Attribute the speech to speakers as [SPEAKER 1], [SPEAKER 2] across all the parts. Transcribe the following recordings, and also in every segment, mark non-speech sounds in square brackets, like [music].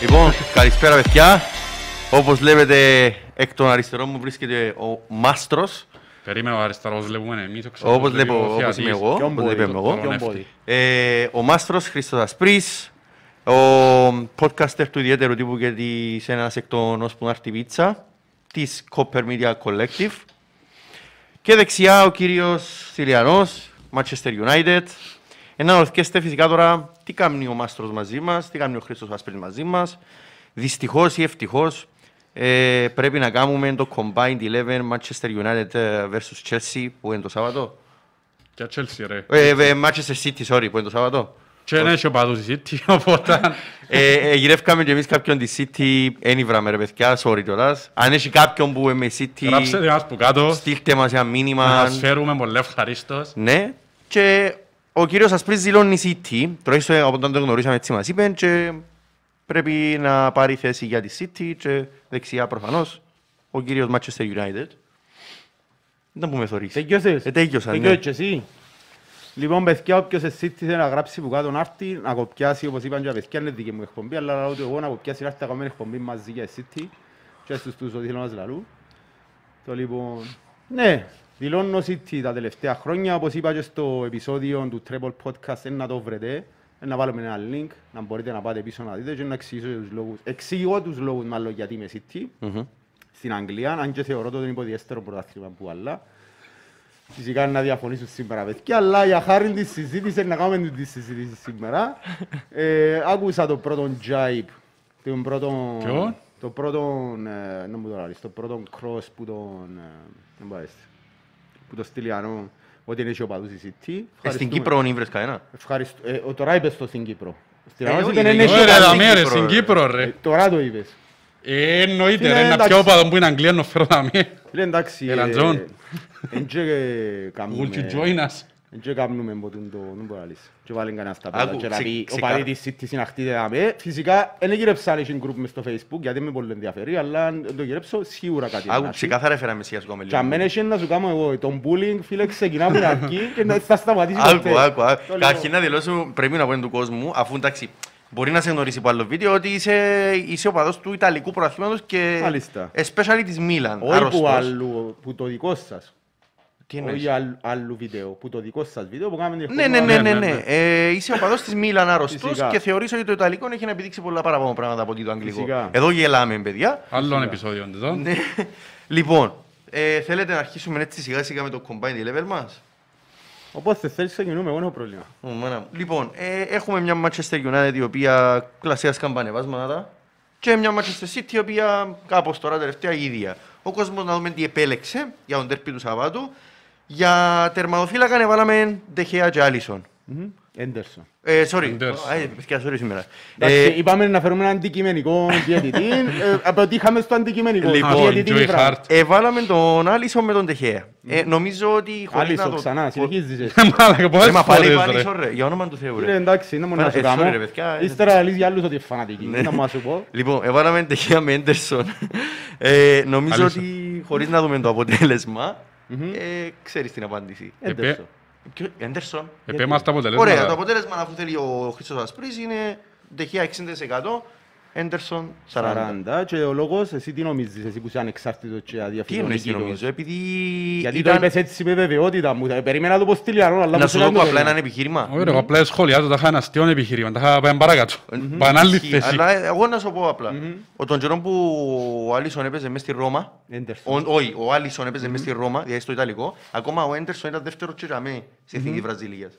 [SPEAKER 1] Λοιπόν, Καλησπέρα παιδιά. Όπως βλέπετε εκ των αριστερών μου βρίσκεται ο Μάστρος.
[SPEAKER 2] Περίμενε ο αριστερός βλέπουμε ναι, εμείς, ο ξένος
[SPEAKER 1] Όπως,
[SPEAKER 2] βλέπει ο
[SPEAKER 1] βλέπω, όπως
[SPEAKER 2] θεατής.
[SPEAKER 1] είμαι εγώ,
[SPEAKER 3] Ποιον
[SPEAKER 1] όπως
[SPEAKER 3] μπορεί,
[SPEAKER 1] βλέπω εγώ.
[SPEAKER 3] ποιον
[SPEAKER 2] Τον
[SPEAKER 3] μπορεί.
[SPEAKER 1] Ε, ο Μάστρος Χρήστος Ασπρίς, ο podcaster του ιδιαίτερου τύπου και της ένας εκ των όσπου άρτη πίτσα, της Copper Media Collective. Και δεξιά ο κύριος Σιλιανός, Manchester United. Ένα ορθκέστε φυσικά τώρα τι κάνει ο Μάστρος μαζί μας, τι κάνει ο Χρήστος Ασπρίς μαζί μας. Δυστυχώς ή ευτυχώς ε, πρέπει να κάνουμε το Combined 11 Manchester United ε, versus Chelsea που είναι το Σάββατο.
[SPEAKER 2] Και Chelsea, ρε.
[SPEAKER 1] Ε, ε, Manchester City, sorry, που είναι το Σάββατο.
[SPEAKER 2] Και δεν έχει ο παδούς η City, οπότε...
[SPEAKER 1] [laughs] Ε, ε, γυρεύκαμε και εμείς κάποιον της City, εν ήβραμε ρε παιδιά, sorry κιόλας. Αν έχει κάποιον που με
[SPEAKER 2] Γράψετε
[SPEAKER 1] City,
[SPEAKER 2] μας που κάτω,
[SPEAKER 1] στείλτε μας ένα
[SPEAKER 2] να
[SPEAKER 1] μήνυμα.
[SPEAKER 2] σας φέρουμε πολύ ευχαρίστως.
[SPEAKER 1] Ναι, και ο κύριος Ασπρίς δηλώνει City, τουλάχιστον από όταν τον γνωρίσαμε έτσι μας είπεν και πρέπει να πάρει θέση για τη City και δεξιά προφανώς ο κύριος Manchester United. Δεν πούμε θωρείς.
[SPEAKER 3] Τελειώσες.
[SPEAKER 1] Ε, τέλειωσα, ναι.
[SPEAKER 3] Τελειώσες και εσύ. Λοιπόν, παιδιά, όποιος εσύ θέλει να γράψει που κάτω να έρθει, να κοπιάσει, όπως είπαν και τα παιδιά, είναι δική μου εκπομπή, αλλά ούτε εγώ να κοπιάσει να έρθει να κάνουμε εκπομπή μαζί για εσύ τι, και στους τους ότι θέλω να μας λαλούν. Το λοιπόν, ναι, δηλώνω City τα τελευταία χρόνια, όπως είπα και στο επεισόδιο του Treble Podcast, ε, να το βρείτε, ε, να βάλουμε ένα link, να μπορείτε να πάτε πίσω να δείτε και να εξηγήσω τους λόγους. Εξηγώ τους λόγους μάλλον γιατί είμαι City
[SPEAKER 1] Μμμ.
[SPEAKER 3] στην Αγγλία, αν και θεωρώ το τον υποδιέστερο πρωτάθλημα που άλλα. Φυσικά να διαφωνήσουν σήμερα, παιδιά, αλλά για χάρη της συζήτησης να κάνουμε της συζήτησης σήμερα. ε, άκουσα το πρώτο jibe, τον πρώτο...
[SPEAKER 2] Ποιον?
[SPEAKER 3] Το πρώτο, ε, να μου το λάβεις, το πρώτο cross που τον... Ε, να μου αρέσει, που το στείλει ανώ, ότι είναι και ο παδούς η City.
[SPEAKER 1] Ε, Στην
[SPEAKER 3] Ευχαριστούμε.
[SPEAKER 1] Κύπρο δεν ήβρες κανένα.
[SPEAKER 3] Ευχαριστώ. Ε, ο, τώρα είπες το στην Κύπρο. Στην
[SPEAKER 1] Ε,
[SPEAKER 3] Ανόρθωση
[SPEAKER 1] όχι,
[SPEAKER 3] δεν
[SPEAKER 1] είναι
[SPEAKER 3] έχει
[SPEAKER 1] και
[SPEAKER 2] Ωραία,
[SPEAKER 1] ο
[SPEAKER 3] παδούς.
[SPEAKER 1] παδός
[SPEAKER 2] δαμέ,
[SPEAKER 1] στην
[SPEAKER 2] ρε,
[SPEAKER 1] Κύπρο,
[SPEAKER 2] στην
[SPEAKER 1] ρε.
[SPEAKER 2] Κύπρο,
[SPEAKER 3] Ε,
[SPEAKER 2] ρε.
[SPEAKER 3] Τώρα το είπες.
[SPEAKER 2] Ε, εννοείται,
[SPEAKER 3] Είναι
[SPEAKER 2] ρε, να
[SPEAKER 3] Ναι, εντάξει. Ναι.
[SPEAKER 2] πιω παδόν που είναι Αγγλία, να φέρω δαμέ.
[SPEAKER 3] Φίλε, εντάξει.
[SPEAKER 2] Έλα,
[SPEAKER 3] ε,
[SPEAKER 2] Τζον.
[SPEAKER 3] Εν και ε,
[SPEAKER 2] Would you
[SPEAKER 3] κάνουμε...
[SPEAKER 2] join us?
[SPEAKER 3] Εν και κάνουμε ποτούν το... Δεν μπορεί να λύσει. Και βάλει κανένα στα
[SPEAKER 1] Άκου,
[SPEAKER 3] πέρα. Και να
[SPEAKER 1] ξε-
[SPEAKER 3] πει ο
[SPEAKER 1] ξεκα-
[SPEAKER 3] παλί της City συναχτείται να με. Φυσικά, δεν γυρέψα Nation Group μες στο Facebook, γιατί με πολύ ενδιαφέρει, αλλά αν δεν το γυρέψω, σίγουρα κάτι
[SPEAKER 1] Άκου,
[SPEAKER 3] να έχει.
[SPEAKER 1] ξεκάθαρα έφερα μεσίας ακόμα
[SPEAKER 3] Και αν
[SPEAKER 1] λίγο.
[SPEAKER 3] μένε εσύ να σου κάνω εγώ τον bullying, φίλε, ξεκινά από την αρχή και να- θα σταματήσει ποτέ.
[SPEAKER 1] Άκου, άκου,
[SPEAKER 3] Το
[SPEAKER 1] άκου.
[SPEAKER 3] λέω.
[SPEAKER 1] Καταρχήν να δηλώσω, πρέπει να πω του κόσμου, αφού εντάξει, μπορεί να σε γνωρίσει από άλλο βίντεο, ότι είσαι, είσαι ο παδός του Ιταλικού προαθλήματος και
[SPEAKER 3] Μάλιστα.
[SPEAKER 1] especially της Μίλαν,
[SPEAKER 3] Όχι που
[SPEAKER 1] άρρωστος.
[SPEAKER 3] άλλου, που το δικό σας.
[SPEAKER 1] Τι εννοείς?
[SPEAKER 3] Όχι άλλου- άλλου βίντεο, που το δικό σας βίντεο που κάνουμε την
[SPEAKER 1] Ναι, ναι, ναι,
[SPEAKER 3] εκπομπή.
[SPEAKER 1] ναι,
[SPEAKER 2] Ναι, ναι,
[SPEAKER 1] ναι.
[SPEAKER 2] ναι.
[SPEAKER 1] Ε, είσαι ο παδός της Μίλαν άρρωστος
[SPEAKER 3] Φυσικά.
[SPEAKER 1] και θεωρείς ότι το Ιταλικό έχει να επιδείξει πολλά παραπάνω πράγματα από ότι το Αγγλικό.
[SPEAKER 3] Φυσικά.
[SPEAKER 1] Εδώ γελάμε, παιδιά.
[SPEAKER 2] Άλλον επεισόδιο, εντός.
[SPEAKER 1] Ναι. λοιπόν, ε, θέλετε να αρχίσουμε έτσι σιγά σιγά με το combined level μας.
[SPEAKER 3] Οπότε θέλεις ξεκινούμε, εγώ έχω πρόβλημα.
[SPEAKER 1] Ω, μάνα μου. Λοιπόν, ε, έχουμε μια Manchester United η οποία κλασικά σκαμπανεβάσματα και μια Manchester City η οποία κάπως τώρα τελευταία η ίδια. Ο κόσμος να δούμε τι επέλεξε για τον τέρπι του Σαββάτου. Για τερματοφύλακα εβάλαμε Ντεχέα και Άλισον.
[SPEAKER 3] Μμμ. Έντερσον.
[SPEAKER 1] Ε, sorry.
[SPEAKER 2] Anderson.
[SPEAKER 1] Α, ε, παιδιά, sorry σήμερα.
[SPEAKER 3] Εντάξει,
[SPEAKER 1] Ε,
[SPEAKER 3] είπαμε να φέρουμε έναν αντικειμενικό διαιτητή, ε, αποτύχαμε στο αντικειμενικό.
[SPEAKER 1] Λοιπόν,
[SPEAKER 3] Ο διαιτητής
[SPEAKER 2] Joey
[SPEAKER 3] είναι πράγμα.
[SPEAKER 2] Hart.
[SPEAKER 1] Εβάλαμε τον Άλισον με τον Τεχέα. Ε, νομίζω ότι χωρίς να
[SPEAKER 3] Άλισο
[SPEAKER 1] το...
[SPEAKER 3] ξανά,
[SPEAKER 1] [laughs]
[SPEAKER 3] συνεχίζεις εσύ.
[SPEAKER 2] [laughs] Μάλακα,
[SPEAKER 1] Ε, μα
[SPEAKER 2] πολλές
[SPEAKER 1] πάλι
[SPEAKER 2] φορές, ρε.
[SPEAKER 1] Άλισον, ρε. Για όνομα του Θεού,
[SPEAKER 3] Ρε,
[SPEAKER 1] ρε.
[SPEAKER 3] Εντάξει, είναι μόνο
[SPEAKER 1] Πάρα-
[SPEAKER 3] να σου
[SPEAKER 1] ε, sorry,
[SPEAKER 3] κάνω.
[SPEAKER 1] ρε, παιδιά, ε.
[SPEAKER 3] Ύστερα λύσεις για άλλους ότι είναι φανατικοί,
[SPEAKER 1] Ναι.
[SPEAKER 3] να μας σου
[SPEAKER 1] [laughs]
[SPEAKER 3] πω.
[SPEAKER 1] Λοιπόν, έβαλαμε τεχεία με Έντερσον. Ε, νομίζω
[SPEAKER 2] Αλήθεια.
[SPEAKER 1] ότι χωρίς να δούμε το αποτέλεσμα, ε, ξέρεις την απάντηση.
[SPEAKER 3] Έντερσον.
[SPEAKER 1] Ποιο- Έντερσον.
[SPEAKER 3] Ε,
[SPEAKER 2] Επέ μας τα Ε, αποτελέσματα.
[SPEAKER 1] Ωραία, το αποτέλεσμα αφού θέλει ο Χρήστος Ασπρίς είναι τεχεία 60%, Έντερσον 40%.
[SPEAKER 3] 40 και ο λόγος, εσύ τι νομίζεις, εσύ που είσαι ανεξάρτητος και
[SPEAKER 1] Τι εννοείς
[SPEAKER 3] αδιαφυλονίκητος.
[SPEAKER 1] νομίζω, επειδή
[SPEAKER 3] Γιατί το
[SPEAKER 1] ήταν...
[SPEAKER 3] είπες έτσι με βεβαιότητα μου, ε, περίμενα να το πω στη Λιανό, αλλά
[SPEAKER 1] Να
[SPEAKER 3] μου
[SPEAKER 1] σου
[SPEAKER 3] φαίνεται
[SPEAKER 1] δω
[SPEAKER 3] το
[SPEAKER 1] απλά
[SPEAKER 3] θέμα.
[SPEAKER 1] ένα επιχείρημα.
[SPEAKER 2] Ωραία, εγώ απλά σχολιάζω, τα είχα ένα αστείο επιχείρημα, τα είχα πάει παρακάτω. Πανάλληλη
[SPEAKER 1] Ισχύει,
[SPEAKER 2] θέση.
[SPEAKER 1] Αλλά ε, εγώ να σου πω απλα Ο τον καιρό που ο Άλισον έπαιζε μέσα στη Ρώμα,
[SPEAKER 3] Έντερσον.
[SPEAKER 1] ο- όχι, ο Άλισον έπαιζε μέσα στη Ρώμα, δηλαδή στο Ιταλικό, ακόμα ο Έντερσον ήταν δεύτερος τσιραμί στη Εθνική Βραζιλίας.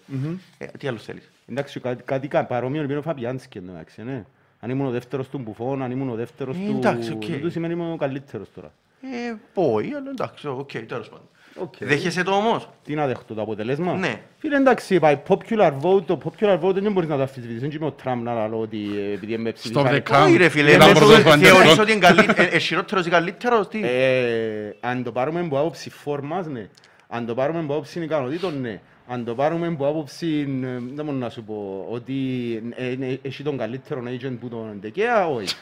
[SPEAKER 1] Ε, Τι άλλο θέλεις.
[SPEAKER 3] Εντάξει, κάτι- κάτι κα- παρόμοιο είναι ο Φαπιάνσκι εντάξει, ναι. Αν ήμουν ο δεύτερος του Μπουφόν, αν ήμουν ο δεύτερος
[SPEAKER 1] Ε,
[SPEAKER 3] του...
[SPEAKER 1] εντάξει, οκ.
[SPEAKER 3] τούτου σημαίνει είμαι ο καλύτερος τώρα.
[SPEAKER 1] Ε, Πόη, αλλά εντάξει, οκ, τέλος πάντων.
[SPEAKER 3] Οκ.
[SPEAKER 1] Δέχεσαι το όμως.
[SPEAKER 3] Τι να δεχτώ το αποτέλεσμα.
[SPEAKER 1] Ναι.
[SPEAKER 3] Φίλε, εντάξει, πάει popular vote. Το popular vote δεν μπορείς να το αφισβητήσεις. Δεν είμαι ο Τραμπ να λέω ότι ε, επειδή με
[SPEAKER 2] the
[SPEAKER 3] ψηφίσανε.
[SPEAKER 2] count.
[SPEAKER 1] Όχι ρε φίλε,
[SPEAKER 2] Ήταν
[SPEAKER 1] δεν
[SPEAKER 2] πρώτος
[SPEAKER 1] το-
[SPEAKER 2] ο
[SPEAKER 1] θεωρείς
[SPEAKER 2] Έντερσον.
[SPEAKER 1] ότι είναι καλύ- ε, ε, χειρότερος ή καλύτερος, τι.
[SPEAKER 3] Ε, αν το πάρουμε από άποψη φόρμας, ναι. Αν το πάρουμε από άποψη ικανοτήτων, ναι. Αν το πάρουμε από άποψη, ε, δεν μπορώ να σου πω, ότι ε, ε, έχει τον καλύτερο agent που τον Ντεκέα, όχι.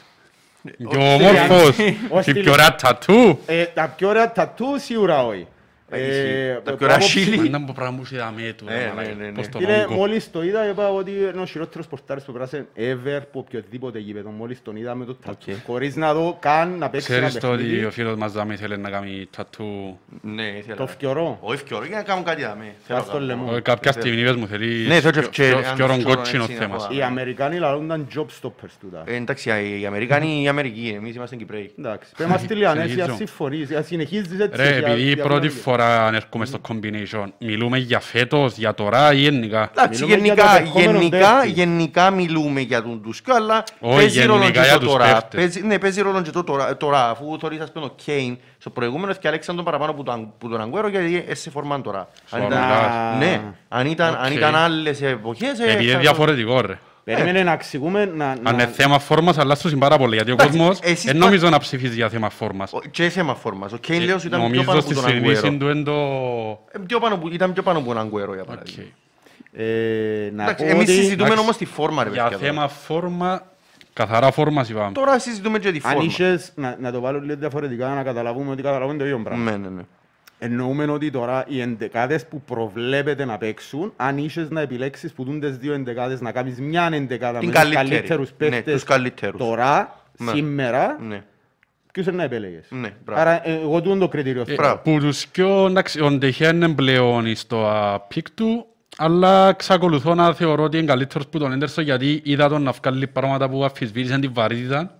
[SPEAKER 2] Και ο μόρφος,
[SPEAKER 3] Ο
[SPEAKER 2] και
[SPEAKER 3] Στυλιανός.
[SPEAKER 2] πιο ρατατού.
[SPEAKER 3] Ε, τα πιο ωραία τατού σίγουρα όχι. Ε,
[SPEAKER 1] Τα
[SPEAKER 3] ε,
[SPEAKER 1] πιο
[SPEAKER 3] από
[SPEAKER 1] ρασίλι.
[SPEAKER 2] Μα να μου πράγμα που είδαμε του,
[SPEAKER 1] Ε,
[SPEAKER 2] ρε,
[SPEAKER 1] ναι,
[SPEAKER 2] μαλάκα.
[SPEAKER 1] ναι, ναι.
[SPEAKER 2] Πώς το
[SPEAKER 3] Είναι,
[SPEAKER 2] Όγκο.
[SPEAKER 3] μόλις το είδα, είπα ότι είναι ο χειρότερος πορτάρης που πράσε ever που οποιοδήποτε γήπεδο. Μόλις τον είδα με το τατού.
[SPEAKER 1] Οκ.
[SPEAKER 3] Χωρίς να δω καν να παίξει ένα
[SPEAKER 2] Ξέρεις το ότι
[SPEAKER 3] παιχνίδι.
[SPEAKER 2] ο φίλος μας δάμε ήθελε να κάνει τατού.
[SPEAKER 1] Ναι, ήθελα.
[SPEAKER 3] Το φτιωρό.
[SPEAKER 1] Όχι φτιωρό, για να κάνουν κάτι δάμε.
[SPEAKER 3] Βάζ' το λαιμό.
[SPEAKER 2] Ε, Κάποια στιγμή είπες μου θέλει
[SPEAKER 1] Ναι, το και
[SPEAKER 2] πιο-
[SPEAKER 1] φτιέρε,
[SPEAKER 2] πιο-
[SPEAKER 1] αν
[SPEAKER 2] πιο
[SPEAKER 1] φτιώρον
[SPEAKER 2] ρογκότσινο
[SPEAKER 1] έτσι να
[SPEAKER 2] θέμα.
[SPEAKER 1] φάω.
[SPEAKER 3] Οι Αμερικάνοι λαλούνταν job stoppers τούτα.
[SPEAKER 2] Ε,
[SPEAKER 1] Ε, Εντάξει, οι Αμερικάνοι, οι Αμερικοί, εμείς είμαστε Κυπρέοι.
[SPEAKER 3] Εντάξει, πέμα στη Λιανέση, ας
[SPEAKER 2] Συνεχίζω.
[SPEAKER 3] συμφωνείς, ας συνεχίζεις έτσι.
[SPEAKER 2] Ρε,
[SPEAKER 3] για-
[SPEAKER 2] επειδή η
[SPEAKER 3] για
[SPEAKER 2] πρώτη
[SPEAKER 3] πέναλτι.
[SPEAKER 2] φορά αν έρχομαι στο combination, μιλούμε για φέτος, για τώρα ή
[SPEAKER 3] Ε,
[SPEAKER 2] γενικά.
[SPEAKER 1] Εντάξει,
[SPEAKER 3] Μιλούμε
[SPEAKER 1] γενικά,
[SPEAKER 3] για το ερχόμενο
[SPEAKER 1] γενικά,
[SPEAKER 3] ντέρμπι.
[SPEAKER 1] γενικά μιλούμε για τον Τουσκό, αλλά
[SPEAKER 2] Όχι,
[SPEAKER 1] παίζει ρόλο
[SPEAKER 2] γενικά
[SPEAKER 1] και
[SPEAKER 2] για
[SPEAKER 1] το
[SPEAKER 2] τους
[SPEAKER 1] τώρα.
[SPEAKER 2] παίχτες.
[SPEAKER 1] Παίζει, ναι, παίζει ρόλο και το τώρα, τώρα αφού θωρείς ας πούμε ο Κέιν στο προηγούμενο και αλέξαν τον παραπάνω που τον, που τον Αγκουέρο γιατί έσαι φορμάν τώρα. Αν ήταν,
[SPEAKER 3] Α.
[SPEAKER 1] ναι, αν ήταν, αν
[SPEAKER 2] Οκ.
[SPEAKER 1] ήταν άλλες εποχές... ε,
[SPEAKER 2] Επειδή είναι
[SPEAKER 1] θα-
[SPEAKER 2] διαφορετικό ρε.
[SPEAKER 3] Περίμενε να εξηγούμε, να...
[SPEAKER 2] Αν
[SPEAKER 3] να-
[SPEAKER 2] είναι θέμα φόρμας αλλάζουν πάρα πολύ, γιατί ο
[SPEAKER 1] Εντάξει,
[SPEAKER 2] κόσμος
[SPEAKER 1] εσείς
[SPEAKER 2] δεν
[SPEAKER 1] πα-
[SPEAKER 2] νομίζω να ψηφίζει για θέμα φόρμας. Ε,
[SPEAKER 1] Ο- Και θέμα φόρμας. Ο Κέιν λέω ήταν πιο
[SPEAKER 2] Νομίζω
[SPEAKER 1] πάνω που
[SPEAKER 2] στη
[SPEAKER 1] τον Αγκουέρο.
[SPEAKER 2] συνείδηση του είναι το...
[SPEAKER 1] Ε, πιο πάνω που- Ήταν πιο πάνω που τον Αγκουέρο για παράδειγμα.
[SPEAKER 2] Οκ.
[SPEAKER 3] ε, να
[SPEAKER 1] Εντάξει,
[SPEAKER 3] πω
[SPEAKER 1] εμείς
[SPEAKER 3] ότι
[SPEAKER 1] συζητούμε
[SPEAKER 2] εντάξει,
[SPEAKER 1] όμως τη φόρμα ρε
[SPEAKER 2] Για
[SPEAKER 1] παιδιά. τώρα.
[SPEAKER 2] θέμα φόρμα, καθαρά φόρμας είπαμε.
[SPEAKER 1] Τώρα συζητούμε και τη
[SPEAKER 3] αν
[SPEAKER 1] φόρμα.
[SPEAKER 3] είχες, να, να το βάλω λίγο διαφορετικά, να καταλάβουμε ότι καταλαβαίνουν το ίδιο πράγμα.
[SPEAKER 1] Ναι, ναι, ναι.
[SPEAKER 3] Εννοούμε ότι τώρα οι εντεκάδες που προβλέπεται να παίξουν, αν είχες να επιλέξεις που δουν τις δύο εντεκάδες, να κάνεις μια εντεκάδα
[SPEAKER 1] Την
[SPEAKER 3] με τους
[SPEAKER 1] καλύτερη.
[SPEAKER 3] καλύτερους
[SPEAKER 1] Ναι,
[SPEAKER 3] παίχτες
[SPEAKER 1] τους καλύτερους.
[SPEAKER 3] τώρα,
[SPEAKER 1] Ναι.
[SPEAKER 3] σήμερα,
[SPEAKER 1] Ναι,
[SPEAKER 3] ποιος είναι να επέλεγες.
[SPEAKER 1] ναι, μπράβο.
[SPEAKER 3] Άρα ε, εγώ τούτον το κριτήριο.
[SPEAKER 2] Ε,
[SPEAKER 3] θέλω.
[SPEAKER 1] Μπράβο.
[SPEAKER 2] Που τους πιο, εντάξει, ο Ντεχέα είναι πλέον στο α, πικ του, αλλά εξακολουθώ να θεωρώ ότι είναι καλύτερος που τον Έντερσον γιατί είδα τον να βγάλει πράγματα που αφισβήτησαν τη βαρύτητα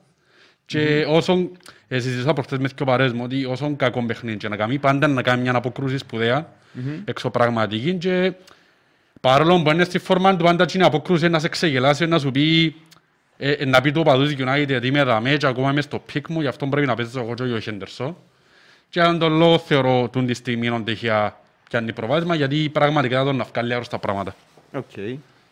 [SPEAKER 2] και όσον, ε, συζητήσα προχτές με δύο παρέες μου ότι όσον κακό παιχνίδι και να κάνει πάντα να κάνει μια αποκρούση σπουδαία, εξωπραγματική και παρόλο που είναι στη φόρμα του πάντα είναι αποκρούση να σε ξεγελάσει, να σου πει ε, ε, να πει του οπαδούς της United ότι είμαι δαμέ και ακόμα είμαι στο πικ μου, γι' αυτό πρέπει να παίζω εγώ και όχι ο Χέντερσον. Και αν τον λόγο θεωρώ τον τη στιγμή ότι τυχαία πιάνει προβάδισμα, γιατί πραγματικά τον να βγάλει άρρωστα πράγματα.
[SPEAKER 3] Οκ.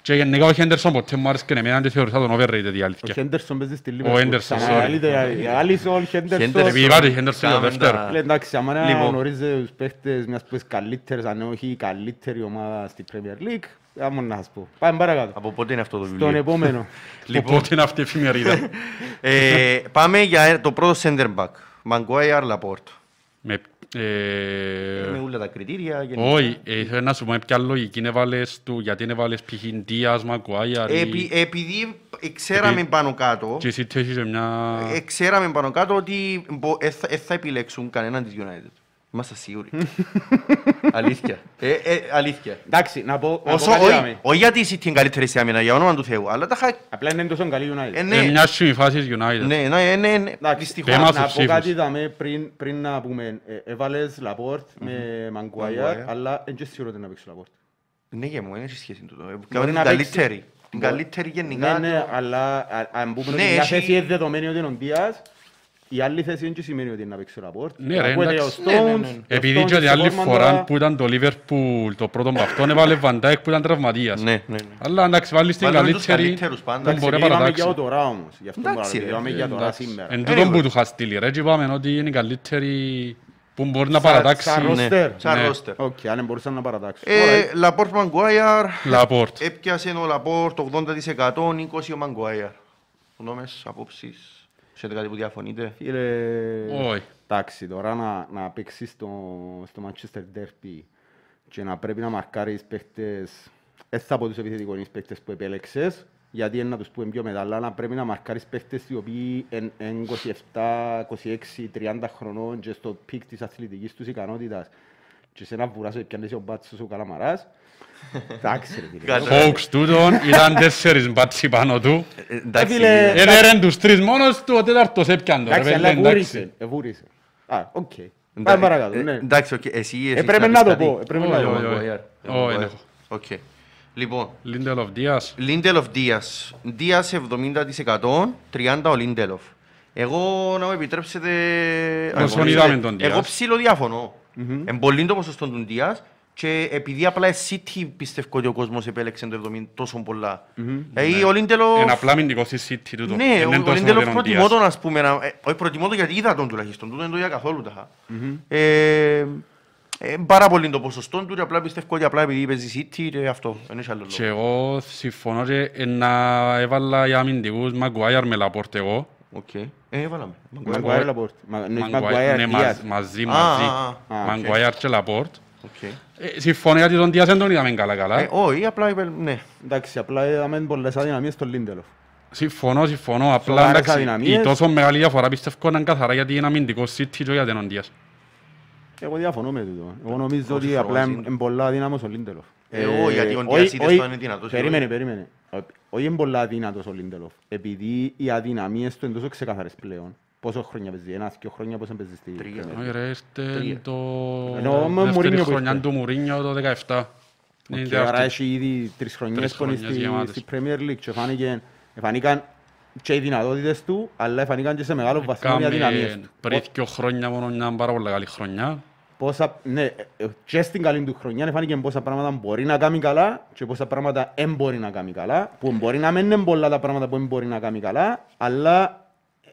[SPEAKER 2] Και γενικά ο Χέντερσον ποτέ μου άρεσε και εμένα, δεν θεωρούσα τον overrated η
[SPEAKER 3] Ο
[SPEAKER 2] αλήθεια.
[SPEAKER 3] Χέντερσον παίζει στη Λίβερπουλ.
[SPEAKER 2] Έντερσον,
[SPEAKER 3] Ξανά,
[SPEAKER 2] sorry.
[SPEAKER 3] λέτε, η Άλισον, Χέντερσον.
[SPEAKER 1] Ναι. Χέντερσον.
[SPEAKER 2] Επειδή υπάρχει Χέντερσον το
[SPEAKER 1] Κάμεντα.
[SPEAKER 2] δεύτερο.
[SPEAKER 3] Λέει, Εντάξει, άμα να
[SPEAKER 1] Λοιπόν.
[SPEAKER 3] γνωρίζετε τους παίχτες μιας που είναι καλύτερες, αν όχι η καλύτερη ομάδα στη Premier League, άμα να σας πω. Πάμε παρακάτω.
[SPEAKER 1] Από πότε είναι αυτό το
[SPEAKER 3] Τον
[SPEAKER 1] βιβλίο.
[SPEAKER 3] επόμενο.
[SPEAKER 2] Λοιπόν,
[SPEAKER 1] λοιπόν.
[SPEAKER 2] Οπότε είναι αυτή η
[SPEAKER 1] [laughs]
[SPEAKER 2] εφημερίδα.
[SPEAKER 1] ε, πάμε για το πρώτο center back. Maguire Laporte.
[SPEAKER 2] Με- ε,
[SPEAKER 1] Με όλα τα κριτήρια. γενικά.
[SPEAKER 2] Όχι, ε, θέλω να σου πω με ποια λογική έβαλες του, γιατί έβαλες π.χ. Ντίας, Μακουάιαρ ή-
[SPEAKER 1] Επει- επειδή ξέραμε
[SPEAKER 2] Επει-
[SPEAKER 1] πάνω κάτω,
[SPEAKER 2] και εσύ το έχεις σε μια...
[SPEAKER 1] ε, ξέραμε πάνω κάτω ότι μπο- ε, θα- ε, θα επιλέξουν κανέναν της United. Είμαστε
[SPEAKER 3] [laughs]
[SPEAKER 1] σίγουροι. αλήθεια. Ε, ε, αλήθεια.
[SPEAKER 3] Εντάξει, να πω να πω
[SPEAKER 1] Όσο,
[SPEAKER 3] κάτι
[SPEAKER 1] όχι-
[SPEAKER 3] δάμε.
[SPEAKER 1] όχι γιατί είσαι την καλύτερη σε άμυνα, για όνομα του Θεού, αλλά τα χα...
[SPEAKER 3] Απλά είναι τόσο καλή United.
[SPEAKER 1] ε,
[SPEAKER 2] Είναι
[SPEAKER 1] ναι,
[SPEAKER 2] μια στιγμή φάσης United.
[SPEAKER 1] ναι, ναι, ναι, ναι,
[SPEAKER 3] Εντάξει,
[SPEAKER 1] δυστυχώς.
[SPEAKER 2] Πέμα-
[SPEAKER 3] να-
[SPEAKER 2] στους
[SPEAKER 3] Να πω
[SPEAKER 2] ψήφους.
[SPEAKER 3] κάτι δαμε πριν, πριν να πούμε. Ε, Έβαλες Λαπόρτ με Μαγκουάιαρ,
[SPEAKER 1] Maguire.
[SPEAKER 3] αλλά δεν ξέρω ότι να παίξεις Λαπόρτ.
[SPEAKER 1] Ναι, για μου, δεν έχει σχέση τούτο. Ε,
[SPEAKER 3] Μπορεί
[SPEAKER 1] Την
[SPEAKER 3] να παίξει-
[SPEAKER 1] καλύτερη. Την
[SPEAKER 3] Μπορεί-
[SPEAKER 1] καλύτερη
[SPEAKER 3] Ναι,
[SPEAKER 1] γενικά.
[SPEAKER 3] ναι, αλλά α- αν πούμε ότι
[SPEAKER 1] Ναι,
[SPEAKER 3] μια
[SPEAKER 1] έχει-
[SPEAKER 3] θέση είναι δεδομένη ότι είναι ο Ντίας, η άλλη θέση δεν και σημαίνει ότι είναι να παίξει ο Ραπόρτ.
[SPEAKER 2] Ναι, ρε,
[SPEAKER 3] Ακούεται
[SPEAKER 2] εντάξει.
[SPEAKER 3] ο
[SPEAKER 1] Ναι, ναι, ναι.
[SPEAKER 3] Stones, ο
[SPEAKER 2] Επειδή
[SPEAKER 3] Stones
[SPEAKER 2] και την
[SPEAKER 3] στο
[SPEAKER 2] άλλη
[SPEAKER 3] Dortmund
[SPEAKER 2] φορά
[SPEAKER 3] τώρα-
[SPEAKER 2] που ήταν το Λίβερπουλ το πρώτο με αυτόν έβαλε Βαντάικ που ήταν τραυματίας.
[SPEAKER 1] Ναι, ναι, ναι.
[SPEAKER 2] Αλλά εντάξει βάλεις την
[SPEAKER 1] Βάλουμε τους
[SPEAKER 2] καλύτερη
[SPEAKER 1] καλύτερους πάντα.
[SPEAKER 2] που
[SPEAKER 1] Εντάξει,
[SPEAKER 2] μπορεί
[SPEAKER 3] Εντάξει,
[SPEAKER 2] να
[SPEAKER 3] είπαμε για
[SPEAKER 2] παρατάξει.
[SPEAKER 3] ο τώρα όμως. Γι' αυτό που
[SPEAKER 1] Εντάξει,
[SPEAKER 3] λέω,
[SPEAKER 1] ρε,
[SPEAKER 3] είπαμε για τώρα
[SPEAKER 1] εντάξει.
[SPEAKER 3] σήμερα.
[SPEAKER 2] Εν τούτον
[SPEAKER 1] Anyway.
[SPEAKER 2] που του είχα στείλει ρε και είπαμε ότι είναι η καλύτερη που μπορεί να
[SPEAKER 3] Σαν-
[SPEAKER 2] παρατάξει
[SPEAKER 3] σαν
[SPEAKER 2] ναι.
[SPEAKER 3] roster.
[SPEAKER 1] Σαν
[SPEAKER 2] Ναι.
[SPEAKER 1] ρόστερ.
[SPEAKER 3] Οκ, αν μπορούσαν να παρατάξουν. Ωραία.
[SPEAKER 1] Ε, Λαπόρτ Μαγκουάιαρ.
[SPEAKER 2] Λαπόρτ.
[SPEAKER 1] Έπιασε ο Λαπόρτ 80%, 20% ο Μαγκουάιαρ. Γνώμες, απόψεις. Ξέρετε κάτι που διαφωνείτε.
[SPEAKER 3] Φίλε,
[SPEAKER 1] ε.
[SPEAKER 2] Όχι.
[SPEAKER 3] εντάξει, τώρα να, να παίξεις στο, στο Manchester Derby και να πρέπει να μαρκάρεις παίχτες, έτσι από τους επιθετικονείς παίχτες που επέλεξες, γιατί είναι να τους πούμε πιο μετά, αλλά να πρέπει να μαρκάρεις παίχτες οι οποίοι εν, εν 27, 26, 30 χρονών και στο πικ της αθλητικής τους ικανότητας και σε ένα βουράσο έπιανες ο μπάτσος ο
[SPEAKER 1] [laughs]
[SPEAKER 3] Καλαμαράς, εντάξει ρε φίλε.
[SPEAKER 1] Καλά.
[SPEAKER 2] Φόξ τούτον ήταν τέσσερις μπάτσι πάνω του.
[SPEAKER 1] Ε, Εντάξει.
[SPEAKER 3] Φίλε,
[SPEAKER 1] ε,
[SPEAKER 2] Έδερεν τους τρεις μόνος του, ο τέταρτος έπιαν το. ρε,
[SPEAKER 3] Εντάξει, αλλά
[SPEAKER 2] παιδιά,
[SPEAKER 3] εβούρισε, εβούρισε. Α, οκ. Πάμε παρακάτω,
[SPEAKER 1] ε,
[SPEAKER 3] ναι.
[SPEAKER 1] Εντάξει, οκ, εσύ εσύ.
[SPEAKER 3] Έπρεπε να το πω, έπρεπε να
[SPEAKER 2] Όχι,
[SPEAKER 3] το
[SPEAKER 1] Ε,
[SPEAKER 3] πω. ε,
[SPEAKER 2] όχι, όχι. Όχι, δεν έχω.
[SPEAKER 1] Οκ. Λοιπόν,
[SPEAKER 2] Λίντελοφ Δίας.
[SPEAKER 1] Λίντελοφ Δίας. Δίας 70%, 30% ο Λίντελοφ. Εγώ, να μου επιτρέψετε...
[SPEAKER 2] Όσον
[SPEAKER 1] αγωνίζομαι-
[SPEAKER 2] είδαμε τον Δίας.
[SPEAKER 1] Εγώ ψήλω διαφωνώ. Εν πολύ το ποσοστό του Δίας και επειδή απλά εσύ τι πιστεύω ότι ο κόσμος επέλεξε το 70 τόσο πολλά. Ε, ή Ο Λίντελοφ...
[SPEAKER 2] Είναι Ναι. απλά μυντικός η City τούτο.
[SPEAKER 1] Ναι,
[SPEAKER 2] Είναι
[SPEAKER 1] ο
[SPEAKER 2] τόσο
[SPEAKER 1] Λίντελοφ
[SPEAKER 2] δυνατόν
[SPEAKER 1] προτιμώ
[SPEAKER 2] Δίας.
[SPEAKER 1] τον, ας πούμε, να- ε, όχι προτιμώ τον γιατί είδα τον τουλάχιστον, τούτο δεν το είδα καθόλου τα. Ε, ε, πάρα πολύ το ποσοστό του και απλά πιστεύω ότι απλά επειδή παίζει City και αυτό, δεν έχει άλλο λόγο.
[SPEAKER 2] Και εγώ συμφωνώ και να έβαλα για αμυντικούς Maguire με Laporte εγώ.
[SPEAKER 1] Οκ. Ε, έβαλαμε. Maguire.
[SPEAKER 3] Μαγκουάιρ Λαπόρτ. Μα- ναι,
[SPEAKER 2] Maguire,
[SPEAKER 3] Μαγκουάιρ
[SPEAKER 2] ναι,
[SPEAKER 3] Δίας.
[SPEAKER 2] μαζί, μαζί,
[SPEAKER 1] Α,
[SPEAKER 2] μαζί.
[SPEAKER 1] α, α,
[SPEAKER 3] α,
[SPEAKER 2] Maguire και Laporte.
[SPEAKER 1] Οκ.
[SPEAKER 2] Ε, Συμφωνώ γιατί τον Diaz δεν τον είδαμε καλά
[SPEAKER 1] Ε,
[SPEAKER 2] καλά.
[SPEAKER 1] Όχι, απλά είπε ναι.
[SPEAKER 3] Εντάξει, απλά είδαμε πολλές αδυναμίες στον Λίντελοφ.
[SPEAKER 2] Συμφωνώ, συμφωνώ. Απλά
[SPEAKER 3] Σοβαρές
[SPEAKER 2] εντάξει,
[SPEAKER 3] αδυναμίες.
[SPEAKER 2] η τόσο μεγάλη διαφορά πιστεύω ήταν καθαρά γιατί είναι αμυντικό City και για τον Diaz.
[SPEAKER 3] Εγώ διαφωνώ με τούτο. Εγώ νομίζω
[SPEAKER 1] Όχι,
[SPEAKER 3] ότι απλά
[SPEAKER 1] φοβάσαι.
[SPEAKER 3] είναι πολλά αδύναμος ο Λίντελοφ.
[SPEAKER 1] Ε, όχι, γιατί ο
[SPEAKER 3] όχι-
[SPEAKER 1] Ντίας είδες
[SPEAKER 3] όχι-
[SPEAKER 1] το αν είναι δυνατός ή
[SPEAKER 3] Περίμενε, περίμενε. Ο- Όχι είναι πολλά αδύνατος ο Λίντελοφ. Επειδή οι αδυναμίες του είναι τόσο ξεκαθαρές πλέον. Πόσο χρόνια παίζει, ένας και χρόνια πόσο παίζει στη
[SPEAKER 1] Τρία.
[SPEAKER 3] Premier.
[SPEAKER 2] Όχι ρε, είστε
[SPEAKER 1] Τρία.
[SPEAKER 2] το
[SPEAKER 3] Ενώ με
[SPEAKER 2] δεύτερη
[SPEAKER 3] Μουρίνιο που
[SPEAKER 2] χρονιά
[SPEAKER 3] ήρθε.
[SPEAKER 2] του Μουρίνιο το 17.
[SPEAKER 3] Οκ,
[SPEAKER 2] Είναι
[SPEAKER 3] Άρα
[SPEAKER 2] δεύτερη.
[SPEAKER 3] έχει ήδη τρεις χρονιές που είναι
[SPEAKER 2] Ναι, χρονιές
[SPEAKER 3] στη-
[SPEAKER 2] γεμάτες.
[SPEAKER 3] στη Premier League και φάνηκε- εφανήκαν και οι δυνατότητες του, αλλά εφανήκαν και σε μεγάλο βαθμό οι αδυναμίες
[SPEAKER 2] Ε, Κάμε
[SPEAKER 3] του.
[SPEAKER 2] πριν δύο χρόνια μόνο μια πάρα πολύ καλή χρονιά.
[SPEAKER 3] πόσα, ναι, ε, ε, και στην καλή του χρονιά φάνηκε πόσα πράγματα μπορεί να κάνει καλά και πόσα πράγματα δεν μπορεί να κάνει καλά, που μπορεί να μην είναι πολλά τα πράγματα που δεν μπορεί να κάνει καλά, αλλά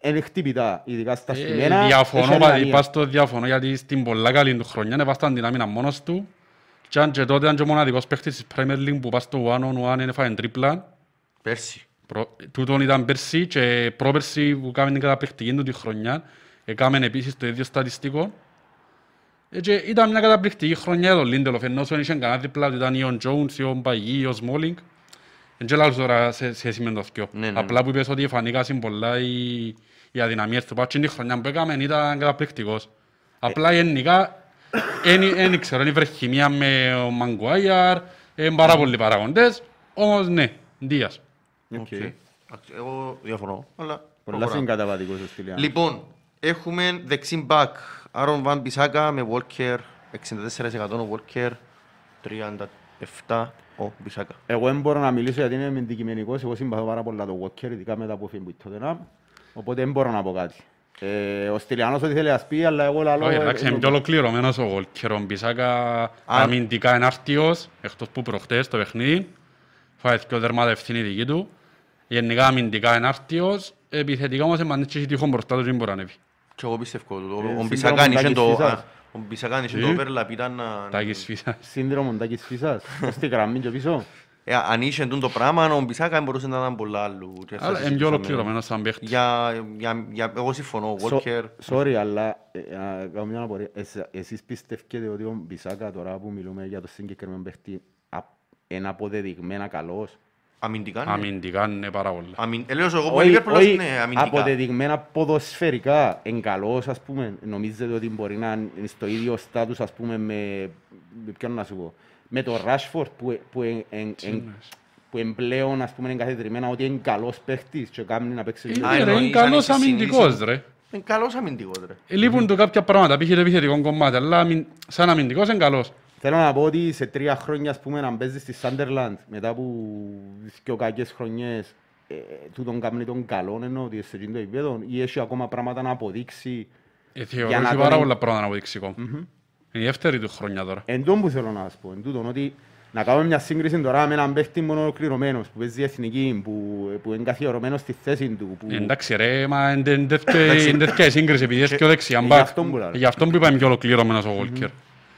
[SPEAKER 3] είναι χτύπητα, ειδικά στα
[SPEAKER 2] Ε,
[SPEAKER 3] στιμένα.
[SPEAKER 2] Διαφωνώ,
[SPEAKER 3] έχει
[SPEAKER 2] πα-
[SPEAKER 3] αδυναμία.
[SPEAKER 2] είπα στο διαφωνώ γιατί στην πολλά καλή του χρονιά έβασταν δυνάμεινα μόνος του και αν και τότε ήταν και ο μοναδικός παίχτης της Premier League που πας στο one on one έφαγε τρίπλα.
[SPEAKER 1] Πέρσι.
[SPEAKER 2] Προ- Τούτον ήταν πέρσι και πρόπερσι που κάμε την καταπληκτική του τη χρονιά έκαμε επίσης το ίδιο στατιστικό. Ε, και ήταν μια καταπληκτική χρονιά για τον Λίντελοφ ενώ όσον είχε κανένα δίπλα του ήταν ή ο Τζόουνς ή ο Μπαγί ή ο Σμόλινγκ. Δεν ξέρω άλλος Ε, τώρα σε σχέση με το δυο.
[SPEAKER 1] Ναι, ναι, ναι.
[SPEAKER 2] Απλά που είπες ότι φανήκασαν πολλά οι, οι αδυναμίες του Πάτσιν τη χρονιά που έκαμε ήταν καταπληκτικός.
[SPEAKER 1] Ε.
[SPEAKER 2] Απλά γενικά δεν ξέρω, είναι βρεχημία με ο Μαγκουάιαρ, είναι πάρα πολλοί παραγοντές, όμως ναι, Δίας.
[SPEAKER 1] Οκ. Εγώ διαφωνώ, αλλά
[SPEAKER 3] Πολλά
[SPEAKER 1] προχωράμε.
[SPEAKER 3] συγκαταβατικός ο Στυλιανός.
[SPEAKER 1] Λοιπόν, έχουμε δεξί μπακ. Άρον Βαν Μπισάκα με Walker. 64% ο Walker. 37% ο Μπισάκα.
[SPEAKER 3] Εγώ δεν μπορώ να μιλήσω γιατί είμαι αντικειμενικός, εγώ συμπαθώ πάρα πολλά το Walker, ειδικά μετά που φύγει το Tottenham, οπότε δεν μπορώ να πω κάτι. Ε, ο Στυλιανός ό,τι θέλει να πει, αλλά εγώ λαλώ...
[SPEAKER 2] Όχι,
[SPEAKER 3] ε,
[SPEAKER 2] εντάξει,
[SPEAKER 3] ε,
[SPEAKER 2] είναι πιο ολοκληρωμένος ο Γολκέρ. Ο Μπισάκα αμυντικά είναι άρτιος, εκτός που προχτές το παιχνίδι. Φάει δυο δερμάτα ευθύνη δική του. Γενικά αμυντικά είναι άρτιος, επιθετικά όμως εμάς έχει τύχον μπροστά του και δεν μπορεί να ανέβει.
[SPEAKER 1] Και εγώ πιστεύω το.
[SPEAKER 3] Ε,
[SPEAKER 1] Ο
[SPEAKER 3] σύντομα
[SPEAKER 1] Μπισάκα είχε
[SPEAKER 3] Τάκης
[SPEAKER 1] το...
[SPEAKER 3] Φίσας.
[SPEAKER 1] α, Ο Μπισάκα είχε το
[SPEAKER 2] Ε.
[SPEAKER 1] overlap, ήταν... να-
[SPEAKER 2] Τάκης φύσας.
[SPEAKER 3] Σύνδρομο Τάκης Φίσας, στη γραμμή και πίσω.
[SPEAKER 1] Ε, Αν είχε τούτο πράγμα, ο Μπισάκα μπορούσε να ήταν πολλά άλλου. Και θα
[SPEAKER 2] Αλλά είναι πιο
[SPEAKER 1] συζητούσαμε.
[SPEAKER 2] ολοκληρωμένος σαν παίχτης.
[SPEAKER 1] Για, για, για, εγώ συμφωνώ, ο
[SPEAKER 3] Σο-
[SPEAKER 1] Walker.
[SPEAKER 3] Sorry, αλλά ε, ε, κάνω μια απορία. Εσ- Εσείς πιστεύετε ότι ο Μπισάκα τώρα που μιλούμε για το συγκεκριμένο παίχτη α- είναι αποδεδειγμένα καλός.
[SPEAKER 1] Αμυντικά, ναι.
[SPEAKER 2] Αμυντικά είναι πάρα πολλά.
[SPEAKER 1] Αμυν... Ε, λέω σου, εγώ που
[SPEAKER 3] Όχι-
[SPEAKER 1] είναι Liverpool,
[SPEAKER 3] όχι,
[SPEAKER 1] είναι αμυντικά.
[SPEAKER 3] αποδεδειγμένα ποδοσφαιρικά είναι καλός, ας πούμε. Νομίζετε ότι μπορεί να είναι στο ίδιο στάτους, ας πούμε, με... με ποιον να σου πω. Με τον Rashford που, ε- που, εν, εν, εν,
[SPEAKER 2] εννοείς?
[SPEAKER 3] που εν πλέον, ας πούμε, είναι καθεδρυμένα ότι είναι καλός παίχτης και κάνει να παίξει...
[SPEAKER 1] Α,
[SPEAKER 2] Είναι Ε, ρε,
[SPEAKER 1] εννοείς,
[SPEAKER 2] είναι
[SPEAKER 1] αν
[SPEAKER 2] καλός
[SPEAKER 1] έχεις
[SPEAKER 2] αμυντικός
[SPEAKER 1] συνείδηση.
[SPEAKER 2] ρε.
[SPEAKER 1] Είναι καλός αμυντικός, ρε.
[SPEAKER 2] Ε, Λείπουν του κάποια πράγματα, π.χ. το επιθετικό κομμάτι, αλλά αμυν- σαν αμυντικός είναι καλός.
[SPEAKER 3] Θέλω να πω ότι σε τρία χρόνια, ας πούμε, να παίζεις στη Sunderland μετά από δύο κακές χρονιές, ε, τούτον κάνει τον καλό εννοώ ότι σε εκείνο το επίπεδο ή έχει ακόμα πράγματα να αποδείξει.
[SPEAKER 2] Ε, Θεωρώ
[SPEAKER 3] Για να
[SPEAKER 2] έχει
[SPEAKER 3] τον
[SPEAKER 2] πάρα
[SPEAKER 3] εν-
[SPEAKER 2] πολλά πράγματα να αποδείξει ακόμα. Είναι η δεύτερη του χρονιά τώρα.
[SPEAKER 3] Εν τόν που θέλω να σας πω, εν τούτον ότι να κάνουμε μια σύγκριση τώρα με έναν παίχτη μόνο ολοκληρωμένος που παίζει εθνική, που, που είναι καθιερωμένος στη θέση του. Που...
[SPEAKER 2] Ε, Εντάξει ρε, μα εν- εν τέτοια- εν τέτοια η σύγκριση
[SPEAKER 1] Ε,
[SPEAKER 2] επειδή είσαι πιο δεξιά
[SPEAKER 3] γι'
[SPEAKER 2] μπακ.
[SPEAKER 3] αυτόν που λέω, ρε.
[SPEAKER 2] Γι' αυτόν που είπαμε πιο ολοκληρωμένος ο Γολκέρ.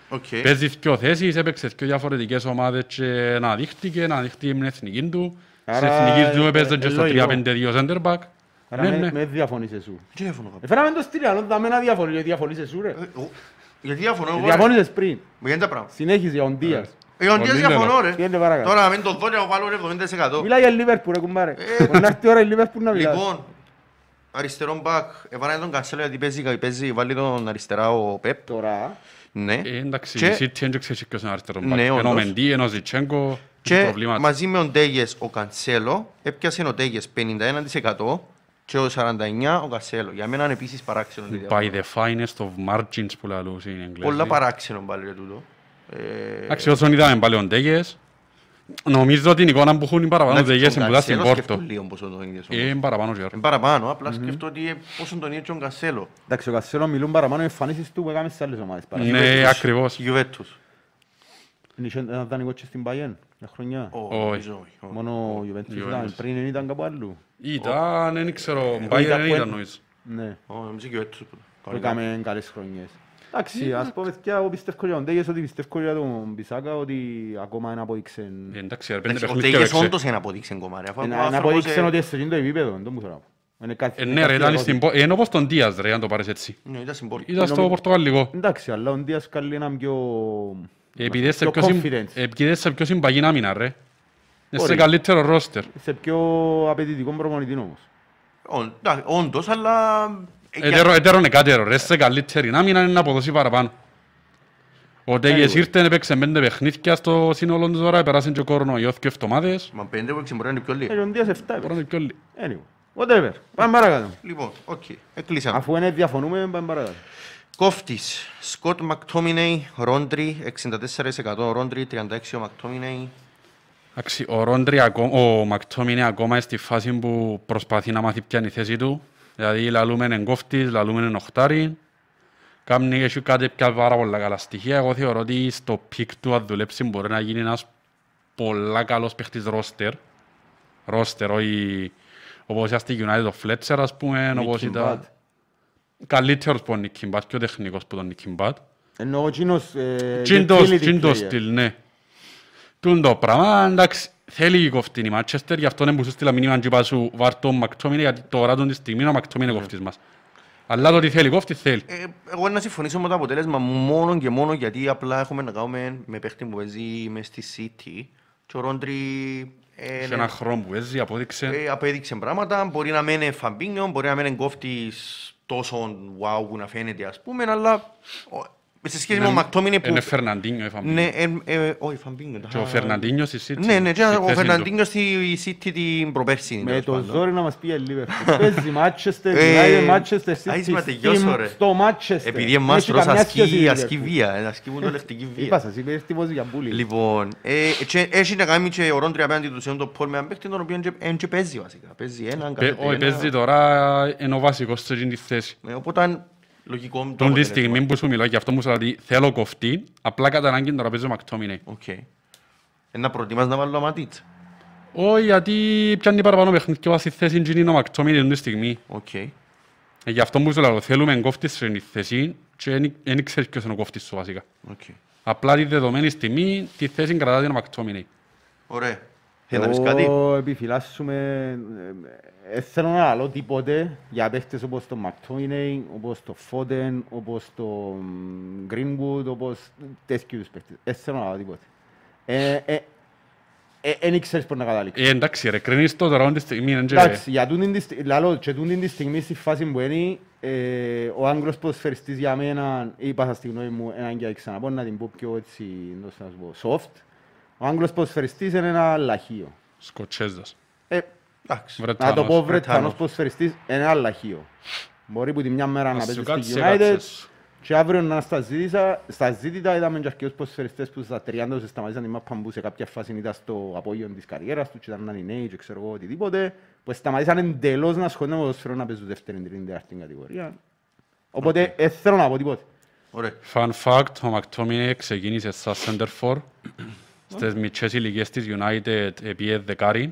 [SPEAKER 1] Οκ.
[SPEAKER 2] Παίζεις δυο θέσεις, έπαιξες δυο διαφορετικές ομάδες και αναδείχτηκε, αναδείχτηκε με την εθνική του. Στην
[SPEAKER 3] Άρα,
[SPEAKER 2] εθνική του
[SPEAKER 3] ε,
[SPEAKER 2] έπαιζε
[SPEAKER 3] ε,
[SPEAKER 2] και στο
[SPEAKER 3] λογικό.
[SPEAKER 2] 3-5-2 center back.
[SPEAKER 3] Άρα
[SPEAKER 2] Ναι,
[SPEAKER 3] με,
[SPEAKER 2] ναι.
[SPEAKER 3] με διαφωνείς εσύ.
[SPEAKER 1] Τι διαφωνώ, κάπου.
[SPEAKER 3] Φέραμε τον Στυλιανό, δάμε να διαφωνεί, διαφωνείς εσύ ρε.
[SPEAKER 1] Ε, εγώ- Γιατί διαφωνώ εγώ, ρε.
[SPEAKER 3] Διαφωνείς πριν,
[SPEAKER 1] Μα γιατί τα πράγματα.
[SPEAKER 3] συνέχισε ο Ντίας.
[SPEAKER 1] Ε, ο Ντίας
[SPEAKER 2] Πολύ
[SPEAKER 1] διαφωνώ,
[SPEAKER 2] καλό.
[SPEAKER 1] ρε.
[SPEAKER 3] Πήγαινε παρακάτω.
[SPEAKER 1] Τώρα, μην το δω, να βάλω ρε 70%.
[SPEAKER 3] Μιλάει για Λίβερπουλ ρε κουμπάρε.
[SPEAKER 1] Ε.
[SPEAKER 3] Να έρθει η ώρα η Λίβερπουλ να μιλάει.
[SPEAKER 1] Λοιπόν, αριστερό μπακ. Έβαλε τον Κανσέλο γιατί παίζει, παίζει, βάλει τον αριστερά ο Πεπ.
[SPEAKER 3] Τώρα,
[SPEAKER 1] Ναι.
[SPEAKER 2] Ε, Εντάξει,
[SPEAKER 1] Και-
[SPEAKER 2] η City δεν ξέρει ποιος είναι αριστερό μπακ.
[SPEAKER 1] Ναι,
[SPEAKER 2] Ενώ ο
[SPEAKER 1] όντως.
[SPEAKER 2] Μεντί, ενώ ο Ζιτσέγκο, έχει
[SPEAKER 1] Και
[SPEAKER 2] προβλήματα.
[SPEAKER 1] μαζί με τον Τέγες ο Κανσέλο, έπιασε ο Τέγες 51% και ο 49% ο Κανσέλο. Για μένα είναι επίσης παράξενο. το
[SPEAKER 2] By
[SPEAKER 1] διάβημα.
[SPEAKER 2] the finest of margins που λαλούν οι Εγγλέζοι.
[SPEAKER 1] Πολλά παράξενο πάλι ρε τούτο. Ε,
[SPEAKER 2] Εντάξει, όσον είδαμε πάλι ο Ντέγες, νομίζω ότι την εικόνα που έχουν οι παραπάνω
[SPEAKER 1] εντάξει,
[SPEAKER 2] Ντέγες
[SPEAKER 1] τον
[SPEAKER 2] είναι που ήταν στην
[SPEAKER 1] Κανσέλο σκεφτούν
[SPEAKER 2] Πόρτο.
[SPEAKER 1] λίγο πόσο τον ίδιο σου.
[SPEAKER 2] Είναι Ε, παραπάνω και
[SPEAKER 1] Είναι παραπάνω, απλά σκεφτώ ότι ε, πόσο τον ίδιο και ο Κανσέλο.
[SPEAKER 3] εντάξει, ο Κασέλο μιλούν παραπάνω οι εμφανίσεις του που έκαμε σε άλλες ομάδες. παραπάνω.
[SPEAKER 2] Ναι, ακριβώς.
[SPEAKER 1] Γιουβέτους.
[SPEAKER 3] Είναι και ένα δανεικό και στην Bayern, μια χρονιά.
[SPEAKER 1] Όχι,
[SPEAKER 2] Όχι.
[SPEAKER 1] νομίζω, όχι.
[SPEAKER 3] Μόνο ο Juventus ήταν,
[SPEAKER 2] Juventus.
[SPEAKER 3] πριν δεν ήταν κάπου αλλού.
[SPEAKER 2] Ήταν, δεν ξέρω,
[SPEAKER 3] Ε, είδα
[SPEAKER 2] Bayern δεν
[SPEAKER 3] που
[SPEAKER 2] ήταν
[SPEAKER 3] εν-
[SPEAKER 2] νομίζω.
[SPEAKER 3] Ναι,
[SPEAKER 1] Όχι, νομίζω Γιουβέτους. που-
[SPEAKER 3] που έκαμε καλές χρονιές. Εντάξει,
[SPEAKER 2] Ναι,
[SPEAKER 3] ας πω παιδιά, εγώ πιστεύω για τον Τέγες ότι πιστεύω για τον Πισάκα ότι ακόμα δεν αποδείξεν...
[SPEAKER 2] Ε, Εντάξει, ρε, πέντε
[SPEAKER 1] Εντάξει, Ο
[SPEAKER 2] παιχνίδια
[SPEAKER 1] Τέγες
[SPEAKER 2] παίξε.
[SPEAKER 1] όντως δεν αποδείξε κομμάτι. αφού ο
[SPEAKER 3] Να
[SPEAKER 1] άνθρωπος, ε,
[SPEAKER 3] αποδείξεν ότι είναι σε εκείνο το επίπεδο, δεν το μου θέλω να πω. Είναι κάθε-
[SPEAKER 2] Ε, ναι, ρε, ήταν
[SPEAKER 3] κάθε
[SPEAKER 2] στην Πο- ε, είναι όπως τον Δίας, ρε, αν το πάρεις έτσι.
[SPEAKER 1] Ναι, ήταν στην πόρτα.
[SPEAKER 2] Ήταν στο
[SPEAKER 3] Ε, Νομίζω-
[SPEAKER 2] Πορτογαλικό.
[SPEAKER 3] Εντάξει, αλλά ο Ντίας καλεί έναν πιο...
[SPEAKER 2] Ε, Επειδή είσαι
[SPEAKER 3] πιο
[SPEAKER 2] πιο Ε- συμ-
[SPEAKER 3] confident,
[SPEAKER 2] επειδή είσαι πιο συμπαγή να μείνα, ρε. Είσαι
[SPEAKER 3] Μπορεί.
[SPEAKER 2] καλύτερο ρόστερ.
[SPEAKER 3] σε πιο απαιτητικό προπονητή όμως.
[SPEAKER 1] Όν- εντάξει, Όντως, αλλά... ε, για-
[SPEAKER 2] Ετέρωνε κάτι, ρε. Είσαι καλύτερη να μείνα είναι να αποδώσει παραπάνω. Ο Τέγιες
[SPEAKER 3] Anyway.
[SPEAKER 2] ήρθε, έπαιξε πέντε παιχνίδια στο σύνολο του τώρα, πέρασαν και ο κορονοϊός και εβδομάδες.
[SPEAKER 1] Μα πέντε που μπορεί να είναι πιο
[SPEAKER 3] Ε,
[SPEAKER 1] λίγο.
[SPEAKER 3] ο Ντίας 7 έπαιξε.
[SPEAKER 2] Μπορώ να είναι πιο λίγο.
[SPEAKER 3] Anyway, whatever. Πάμε παρακάτω.
[SPEAKER 1] Λοιπόν, οκ. Εκλείσαμε.
[SPEAKER 3] Αφού είναι διαφωνούμε, πάμε παρακάτω.
[SPEAKER 1] Κόφτης, Σκοτ Μακτόμινεϊ, Ρόντρι, 64% Ρόντρι, 36% ο Μακτόμινεϊ.
[SPEAKER 2] Εντάξει, ο Ρόντρι, ακό- ο Μακτόμ είναι ακόμα στη φάση που προσπαθεί να μάθει ποια είναι η θέση του. Δηλαδή, λαλούμε είναι κόφτης, λαλούμε είναι οχτάρι. Κάμνει έχει κάτι πια πάρα πολλά καλά στοιχεία. Εγώ θεωρώ ότι στο πικ του αν δουλέψει μπορεί να γίνει ένας πολλά καλός παίχτης ρόστερ. Ρόστερ, όχι όπως ήταν στη United ο Φλέτσερ, ας πούμε, όπως
[SPEAKER 3] Nicky Butt.
[SPEAKER 2] ήταν... Καλύτερος που ο Νίκι Μπάτ, πιο τεχνικός που τον Νίκι Μπάτ.
[SPEAKER 3] Ενώ ο Τζίνος... ε,
[SPEAKER 2] Τσίντος,
[SPEAKER 3] utility
[SPEAKER 2] τσίντος
[SPEAKER 3] player.
[SPEAKER 2] στυλ, ναι. Τούν το πράγμα, εντάξει, θέλει η κοφτήνη Μάτσεστερ, γι' αυτό δεν μπορούσε στείλα μήνυμα και είπα σου βάρ' τον Μακτόμινε, γιατί τώρα τον τη στιγμή ο Μακτόμινε είναι κοφτής μας. Αλλά το ότι θέλει κοφτή θέλει.
[SPEAKER 1] Ε, εγώ να συμφωνήσω με το αποτέλεσμα μόνο και μόνο γιατί απλά έχουμε να κάνουμε με παίχτη που παίζει μες στη City και ο Ρόντρι ε,
[SPEAKER 2] Σε ένα χρόνο που έζει, απόδειξε.
[SPEAKER 1] ε, απέδειξε πράγματα. Μπορεί να μένει φαμπίνιο, μπορεί να μένει κόφτης τόσο wow που να φαίνεται ας πούμε, αλλά ο- σε σχέση με τον Μακτόμινε που...
[SPEAKER 2] Είναι Φερναντίνιο, έφαμε.
[SPEAKER 1] Ναι, ε, ε, όχι, Φαμπίνιο.
[SPEAKER 2] Και ο Φερναντίνιος στη City.
[SPEAKER 1] Ναι, ναι, και
[SPEAKER 2] στη θέση
[SPEAKER 1] ο
[SPEAKER 2] του.
[SPEAKER 1] Φερναντίνιος στη City την προπέρσινη.
[SPEAKER 3] Με
[SPEAKER 1] τέλος
[SPEAKER 3] το
[SPEAKER 1] πάντων.
[SPEAKER 3] ζόρι να μας πει η Liverpool. Παίζει Manchester
[SPEAKER 1] Ε,
[SPEAKER 3] United, Manchester
[SPEAKER 1] α,
[SPEAKER 3] City,
[SPEAKER 1] είσαι να
[SPEAKER 3] στην-
[SPEAKER 1] τελειώσω, ρε.
[SPEAKER 3] στο Manchester.
[SPEAKER 1] Επειδή
[SPEAKER 3] Δεν
[SPEAKER 1] εμάς
[SPEAKER 3] έχει
[SPEAKER 1] τρως
[SPEAKER 3] καμιά σχέση
[SPEAKER 1] ασκεί,
[SPEAKER 3] η
[SPEAKER 1] ασκεί
[SPEAKER 3] Liverpool.
[SPEAKER 1] βία, ε, ασκούν το λευτική
[SPEAKER 3] Είπα
[SPEAKER 1] βία.
[SPEAKER 3] σας, είπε έρθει πως για μπούλι.
[SPEAKER 1] Λοιπόν, ε, και έχει να κάνει και ο Ρόντρι απέναντι του Σιόντο Πολ με έναν παίκτη τον οποίο δεν παίζει βασικά. Παίζει έναν,
[SPEAKER 2] Πε-
[SPEAKER 1] κάθεται
[SPEAKER 2] Όχι,
[SPEAKER 1] ένα.
[SPEAKER 2] Ε, παίζει τώρα, είναι ο βασικός σε εκείνη τη θέση.
[SPEAKER 1] Ε, Οπότε, λογικό μου
[SPEAKER 2] Τον τη
[SPEAKER 1] αποτέλεσμα.
[SPEAKER 2] στιγμή που σου μιλώ, γι' αυτό μου σου λέω ότι θέλω κοφτή, απλά κατά ανάγκη τώρα παίζω Μακτόμινε.
[SPEAKER 1] Οκ. Ε, να προτιμάς να βάλω αματίτσα.
[SPEAKER 2] Όχι, γιατί πιάνει παραπάνω παιχνίδια βάσει θέση είναι ο Μακτόμινε την στιγμή.
[SPEAKER 1] Οκ.
[SPEAKER 2] Ε, Γι' αυτό που σου λέω, θέλουμε κόφτης σε θέση και δεν ξέρεις ποιος είναι ο κόφτης σου βασικά.
[SPEAKER 1] Οκ.
[SPEAKER 2] Απλά τη δεδομένη στιγμή τη θέση κρατάτε να μακτώμινε.
[SPEAKER 1] Ωραία. Θέλεις να πεις κάτι.
[SPEAKER 3] Εγώ επιφυλάσσουμε... ε, ε, Θέλω να λέω τίποτε για παίχτες όπως τον Μακτόινεϊ, όπως τον Φόντεν, όπως τον Greenwood, όπως τέτοιους παίχτες. Δεν θέλω να λέω τίποτε. Ε, ε, ε, Εν ήξερες πώς να καταλήξεις.
[SPEAKER 2] Ε, εντάξει ρε, κρίνεις το τώρα τη στιγμή. εν και-
[SPEAKER 3] Εντάξει, για τούτην της στι- λαλώ, και τούτην της στιγμής στη φάση που είναι, ε, ο Άγγλος ποδοσφαιριστής για μένα, είπα σας τη γνώμη μου, έναν και ξαναπώ, να την πω πιο έτσι, πώς να σου πω, soft. Ο Άγγλος ποδοσφαιριστής είναι ένα λαχείο.
[SPEAKER 2] Σκοτσέζος.
[SPEAKER 3] Ε,
[SPEAKER 1] Εντάξει.
[SPEAKER 3] να το πω
[SPEAKER 2] Βρετανός.
[SPEAKER 3] Βρετανός
[SPEAKER 1] Βρετανός.
[SPEAKER 3] ποδοσφαιριστής είναι ένα λαχείο. Μπορεί που τη μια μέρα να
[SPEAKER 2] Ας σου
[SPEAKER 3] παίζει στη
[SPEAKER 2] κάτσε,
[SPEAKER 3] United
[SPEAKER 2] κάτσες.
[SPEAKER 3] και αύριο να είναι στα ζήτητα, στα ζήτητα είδαμε και αρκετούς ποδοσφαιριστές που στα 30 τους σταματήσαν τη μάπα που σε κάποια φάση ήταν στο απόγειο της καριέρας τους και ήταν έναν νέοι και ξέρω εγώ οτιδήποτε που σταματήσαν εντελώς να ασχολούνται με το ποδοσφαιρό να παίζουν δεύτερη, τρίτη, τέταρτη κατηγορία. Οπότε δεν θέλω να πω τίποτε.
[SPEAKER 1] Ωραία.
[SPEAKER 2] Fun fact, ο Μακτόμινε ξεκίνησε σαν center for. Στις μικρές ηλικίες της United επίε δεκάρι.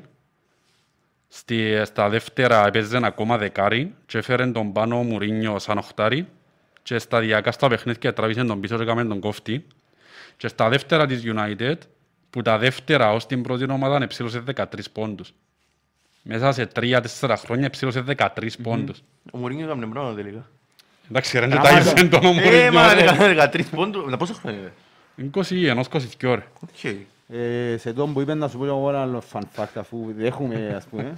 [SPEAKER 2] Στη, στα δεύτερα έπαιζε ακόμα δεκάρι και έφερε τον πάνω Μουρίνιο σαν οχτάρι και σταδιακά στα παιχνίδια τραβήσε τον πίσω και έκαμε τον κόφτη. Και στα δεύτερα της United, που τα δεύτερα ως την πρώτη ομάδα εψήλωσε 13 πόντους. Μέσα σε 3-4 χρόνια εψήλωσε 13 πόντους.
[SPEAKER 1] Ο Μουρίνιος έκανε πράγμα τελικά.
[SPEAKER 2] Εντάξει ρε,
[SPEAKER 3] Ένα
[SPEAKER 2] δεν τα
[SPEAKER 3] μάτσο.
[SPEAKER 2] είσαι τον ο
[SPEAKER 1] Ε,
[SPEAKER 2] Μουρίνιο.
[SPEAKER 1] μα
[SPEAKER 2] ρε.
[SPEAKER 1] έκανε 13 πόντους. Να πόσο χρόνο είναι.
[SPEAKER 2] 21, 22 ρε.
[SPEAKER 1] Οκ.
[SPEAKER 3] Ε, σε τον που είπε να σου πω εγώ ένα άλλο fun fact αφού δέχομαι ας πούμε.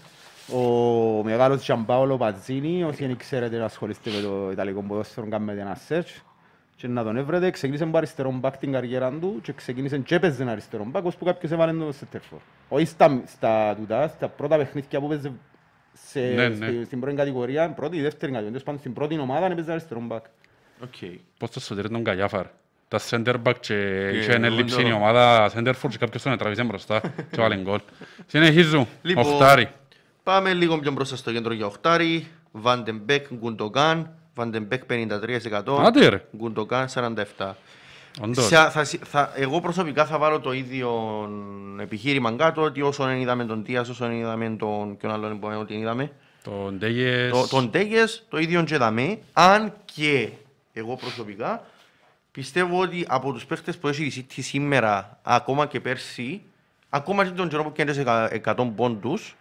[SPEAKER 3] Ο μεγάλος Τζαμπάολο Πατζίνι, όσοι δεν ξέρετε να ασχολείστε με το Ιταλικό ποδόσφαιρο, κάνετε ένα search και να τον έβρετε. Ξεκίνησε με αριστερό μπακ την καριέρα του και ξεκίνησε και έπαιζε ένα αριστερό μπακ, ώσπου κάποιος έβαλε τον σε τέρφορ. Όχι στα, στα, τούτα, στα πρώτα παιχνίδια που έπαιζε σε,
[SPEAKER 2] Ναι, ναι.
[SPEAKER 3] στη- στην πρώτη κατηγορία, πρώτη ή δεύτερη κατηγορία, τέλος πάντων, στην πρώτη ομάδα έπαιζε αριστερό μπακ.
[SPEAKER 1] Οκ.
[SPEAKER 2] Πώς το σωτήρι τον Καγιάφαρ. Τα center back και είχε
[SPEAKER 1] εγώ
[SPEAKER 2] έλλειψη
[SPEAKER 1] τώρα.
[SPEAKER 2] η ομάδα center forward και κάποιος τον έτραβησε μπροστά και βάλε γκολ. Συνεχίζουν.
[SPEAKER 1] Λοιπόν,
[SPEAKER 2] Οχτάρι.
[SPEAKER 1] Πάμε λίγο πιο μπροστά στο κέντρο για οχτάρι. Βαντεμπέκ, Γκουντογκάν. Βαντεμπέκ 53%.
[SPEAKER 2] Άντε ρε.
[SPEAKER 1] Γκουντογκάν 47%.
[SPEAKER 2] Όντως.
[SPEAKER 1] Σα- θα, συ- θα, εγώ προσωπικά θα βάλω το ίδιο επιχείρημα κάτω ότι όσο δεν είδαμε τον Τίας, όσο δεν είδαμε τον ποιον άλλον που ότι είδαμε,
[SPEAKER 2] Τον Ντέγες.
[SPEAKER 1] το, τον Τέγες, το ίδιο και δαμέ, αν και εγώ προσωπικά πιστεύω ότι από τους παίχτες που έχει η City σήμερα, ακόμα και πέρσι, ακόμα και τον καιρό που κέρδισε εκα- 100 πόντους,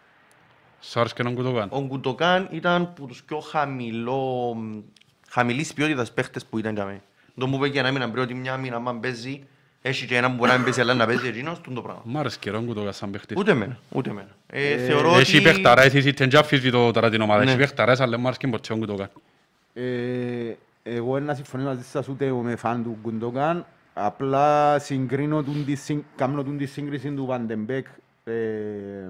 [SPEAKER 2] Σάρς και τον Κουτοκάν.
[SPEAKER 1] Ο Γκουντοκάν ήταν που τους πιο χαμηλό, χαμηλής ποιότητας παίχτες που ήταν για μένα. Το μου είπε και ένα μήνα πριν ότι μια μήνα αν παίζει, έχει και ένα που μπορεί να μην παίζει, αλλά να παίζει εκείνος, τον το πράγμα.
[SPEAKER 2] Μ' άρεσε και τον Κουτοκάν σαν παίχτης.
[SPEAKER 1] Ούτε εμένα, ούτε εμένα. Ε, θεωρώ
[SPEAKER 2] Έχει
[SPEAKER 1] ότι...
[SPEAKER 2] παιχταράς, εσύ δεν και αφισβητώ τώρα την ομάδα.
[SPEAKER 1] Ναι.
[SPEAKER 2] Έχει παιχταράς, αλλά μ' άρεσε και ποτέ ο Κουτοκάν.
[SPEAKER 3] Ε, εγώ δεν συμφωνώ μαζί σας ούτε με φαν του Γκουντογκάν. Απλά συγκρίνω τον τη συν- κάμνω τον τη σύγκριση του Βαντεμπέκ ε,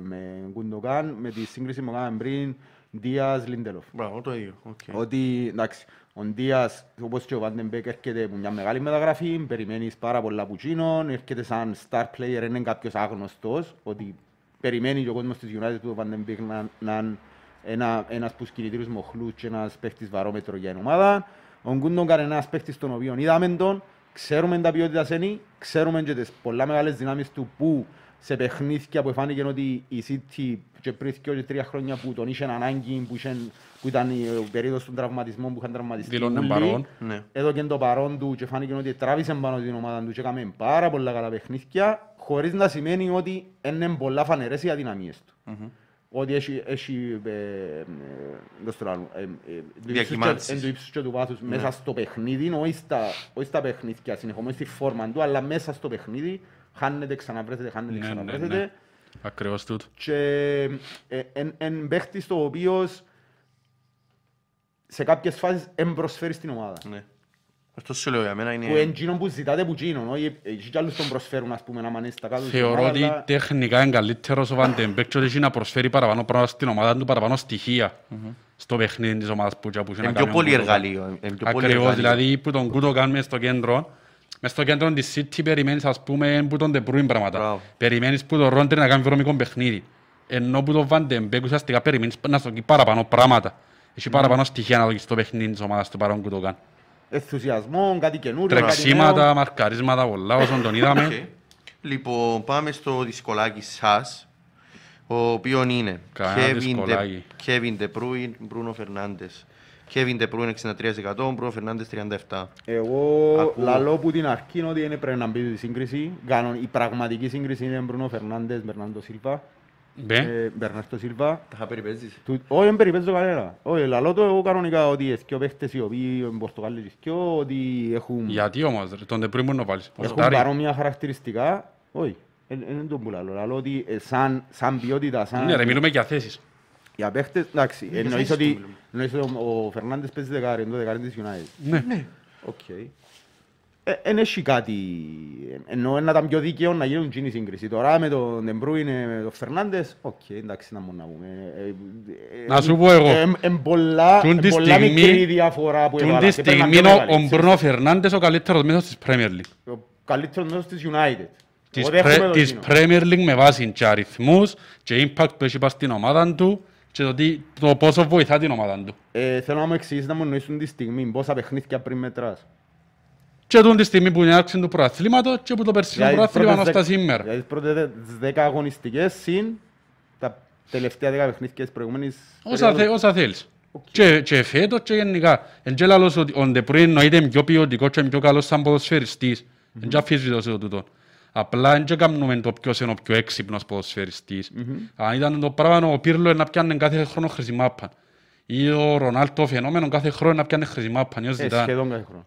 [SPEAKER 3] με Γκουντογκάν με τη σύγκριση που κάναμε πριν Δίας Λίντελοφ.
[SPEAKER 1] Μπράβο, το ίδιο. οκ.
[SPEAKER 3] Ότι εντάξει, ο Ντίας, όπως και ο Βαντεμπέκ, έρχεται από μια μεγάλη μεταγραφή, περιμένεις πάρα πολλά από εκείνον, έρχεται σαν star player, δεν είναι κάποιος άγνωστος, ότι περιμένει και ο κόσμος της United του Βαντεμπέκ να, να είναι ένα, ένας που κινητήρους μοχλούς και ένας παίχτης βαρόμετρο για την ομάδα. Ο Γκούντογκαν είναι ένας παίχτης τον οποίο είδαμε τον, ξέρουμε τα ποιότητα είναι, ξέρουμε και τις πολλά μεγάλες δυνάμεις του που σε παιχνίδια που φάνηκε ότι η City και πριν δυο και τρία χρόνια που τον είχε ανάγκη, που, είχε, που ήταν η- ο περίοδος των τραυματισμών που είχαν τραυματιστεί
[SPEAKER 2] Δηλώνουν
[SPEAKER 3] όλοι,
[SPEAKER 2] παρόν.
[SPEAKER 1] Ναι.
[SPEAKER 3] έδωκε το παρόν του και φάνηκε ότι τράβησε πάνω την ομάδα του και έκαμε πάρα πολλά καλά παιχνίδια χωρίς να σημαίνει ότι είναι πολλά φανερές οι αδυναμίες του. Ότι έχει, έχει ε, ε, δώσ' το άλλο, ε, ε, του ύψους και-
[SPEAKER 1] Διακυμάνσεις.
[SPEAKER 3] εν του ύψους και του βάθους
[SPEAKER 2] Ναι.
[SPEAKER 3] μέσα στο παιχνίδι, όχι στα, όχι στα παιχνίδια, συνεχόμενα στη φόρμα του, αλλά μέσα στο παιχνίδι χάνεται, ξαναβρέθεται, χάνεται,
[SPEAKER 2] Ναι, ναι,
[SPEAKER 3] ξαναβρέθεται.
[SPEAKER 2] ναι. Ακριβώς τούτο.
[SPEAKER 3] Και ε, εν, εν παίχτης το οποίος σε κάποιες φάσεις εν προσφέρει στην ομάδα.
[SPEAKER 1] Ναι. Αυτό σου λέω για μένα
[SPEAKER 3] Που
[SPEAKER 1] είναι...
[SPEAKER 3] εντζήνον που ζητάτε που τζίνον, όχι εκεί κι άλλους τον προσφέρουν ας πούμε να μάνε στα κάτω. στην
[SPEAKER 2] Θεωρώ
[SPEAKER 3] ομάδας,
[SPEAKER 2] ότι
[SPEAKER 3] αλλά
[SPEAKER 2] τεχνικά είναι καλύτερος ο Βαντεμπέκ και ότι έχει να προσφέρει παραπάνω πράγματα στην ομάδα του, παραπάνω στοιχεία στο παιχνίδι της ομάδας που, και που είχε να
[SPEAKER 1] Είναι πιο
[SPEAKER 2] κάνει ο
[SPEAKER 1] πολύ
[SPEAKER 2] Γκουντογκάν.
[SPEAKER 1] εργαλείο. είναι πιο πολύ
[SPEAKER 2] Ακριβώς,
[SPEAKER 1] εργαλείο.
[SPEAKER 2] δηλαδή που τον Κουτοκάν μες στο κέντρο, μες στο κέντρο της City περιμένεις ας πούμε που τον De Bruyne πράγματα.
[SPEAKER 1] Μπράβο.
[SPEAKER 2] Περιμένεις που τον Ρόντρι να κάνει βρώμικο παιχνίδι. Ενώ που τον Van Den Beek ουσιαστικά περιμένεις να σου δώσει παραπάνω πράγματα. Έχει παραπάνω στοιχεία να δώσεις στο παιχνίδι της ομάδας του παρόν Κουτοκάν.
[SPEAKER 3] Ενθουσιασμό, κάτι καινούριο, κάτι νέο.
[SPEAKER 2] Τρεξίματα, μαρκαρίσματα, πολλά όσον τον
[SPEAKER 3] [laughs]
[SPEAKER 2] είδαμε.
[SPEAKER 1] Οκ. Λοιπόν, πάμε στο δυσκολάκι σας. Ο οποίο είναι
[SPEAKER 2] Κανένα
[SPEAKER 1] Kevin De-
[SPEAKER 2] δυσκολάκι.
[SPEAKER 1] Kevin De Bruyne, Bruno Fernandes. Kevin De Bruyne 63%, Bruno Fernandes 37%.
[SPEAKER 3] Εγώ
[SPEAKER 1] Ακούω.
[SPEAKER 3] λαλώ που την αρχή είναι ότι είναι πρέπει να μπει στη σύγκριση. Κάνον, η πραγματική σύγκριση είναι Μπρούνο Φερνάντες, Μπερνάντο Σίλβα.
[SPEAKER 2] Μπε,
[SPEAKER 3] Ε, Μπερνάρτο Σίλβα.
[SPEAKER 1] Τα είχα περιπέζεις.
[SPEAKER 3] Του- Όχι, δεν περιπέζω κανένα. Όχι, λαλώ το εγώ κανονικά ότι οι δυο παίχτες οι οποίοι, οι Πορτογάλοι οι δυο, ότι έχουν...
[SPEAKER 2] γιατί όμως, ρε, τον De Bruyne μόνο βάλεις.
[SPEAKER 3] Έχουν
[SPEAKER 2] Οκτάρι.
[SPEAKER 3] παρόμοια χαρακτηριστικά. Όχι, δεν τον πουλάλω. Λαλώ ότι ε, σαν, σαν ποιότητα, σαν...
[SPEAKER 2] Ναι ρε, μιλούμε για θέσεις.
[SPEAKER 3] Για παίχτες, εντάξει,
[SPEAKER 1] Για
[SPEAKER 3] εννοείς
[SPEAKER 1] θέσεις του
[SPEAKER 3] ότι,
[SPEAKER 1] μιλούμε.
[SPEAKER 3] εννοείς ότι ο- ο Φερνάντες παίζει δεκάρι, είναι το δεκάρι της United.
[SPEAKER 2] Ναι.
[SPEAKER 3] Οκ. Ε, Εν έχει κάτι, ενώ να ήταν πιο δίκαιο να γίνουν τζίνη σύγκριση. Τώρα με τον Ντεμπρούινε, με τον Φερνάντες, οκ, εντάξει να μπορούμε να πούμε. Ε, ε,
[SPEAKER 2] Να
[SPEAKER 3] ε,
[SPEAKER 2] σου πω εγώ.
[SPEAKER 3] ε, ε, Εν πολλά,
[SPEAKER 2] Τούν
[SPEAKER 3] εν
[SPEAKER 2] τη
[SPEAKER 3] πολλά
[SPEAKER 2] στιγμή-
[SPEAKER 3] μικρή διαφορά που
[SPEAKER 2] Τον
[SPEAKER 3] έβαλα.
[SPEAKER 2] τη
[SPEAKER 3] Και πρέπει να
[SPEAKER 2] στιγμή
[SPEAKER 3] το
[SPEAKER 2] είναι ο
[SPEAKER 3] έβαλες.
[SPEAKER 2] Μπρόνο Φερνάντες ο καλύτερος μέσος της Premier League.
[SPEAKER 3] Ο καλύτερος μέσος της United.
[SPEAKER 2] της,
[SPEAKER 3] Εγώ δέχομαι
[SPEAKER 2] πρε,
[SPEAKER 3] το
[SPEAKER 2] της
[SPEAKER 3] εκείνο.
[SPEAKER 2] Premier League με βάση και αριθμούς και impact που έχει πάει στην ομάδα του και το, τι, το πόσο βοηθά την ομάδα του.
[SPEAKER 3] Ε, Θέλω να μου εξηγήσεις να μου εννοήσουν τη στιγμή, πόσα παιχνίδια πριν μετράς.
[SPEAKER 2] Και τούν τη στιγμή που είναι η άξιση του προαθλήματος και που το περσινό
[SPEAKER 3] Δηλαδή,
[SPEAKER 2] προαθλήμα
[SPEAKER 3] πρώτες
[SPEAKER 2] ως τα
[SPEAKER 3] δέκα-
[SPEAKER 2] σήμερα.
[SPEAKER 3] Δηλαδή, τις πρώτες δέκα αγωνιστικές συν τα τελευταία δέκα παιχνίδια της προηγούμενης
[SPEAKER 2] Όσα, θε, όσα θέλεις. Και, και φέτος και γενικά. Εν και λαλώς ότι ο Ντεπρούιν εννοείται πιο ποιοτικός και πιο καλός σαν ποδοσφαιριστής. Εν και αφήσετε το τούτο. Απλά δεν και κάνουμε το ποιος είναι ο πιο έξυπνος ποδοσφαιριστής. Αν ήταν το πράγμα ο Πύρλο να πιάνε κάθε χρόνο χρυσή μάπα. Ή ο Ρονάλτο φαινόμενο κάθε χρόνο να πιάνε χρυσή μάπα. ή ο
[SPEAKER 3] Ε,
[SPEAKER 2] Ζιντάν.
[SPEAKER 3] σχεδόν κάθε χρόνο.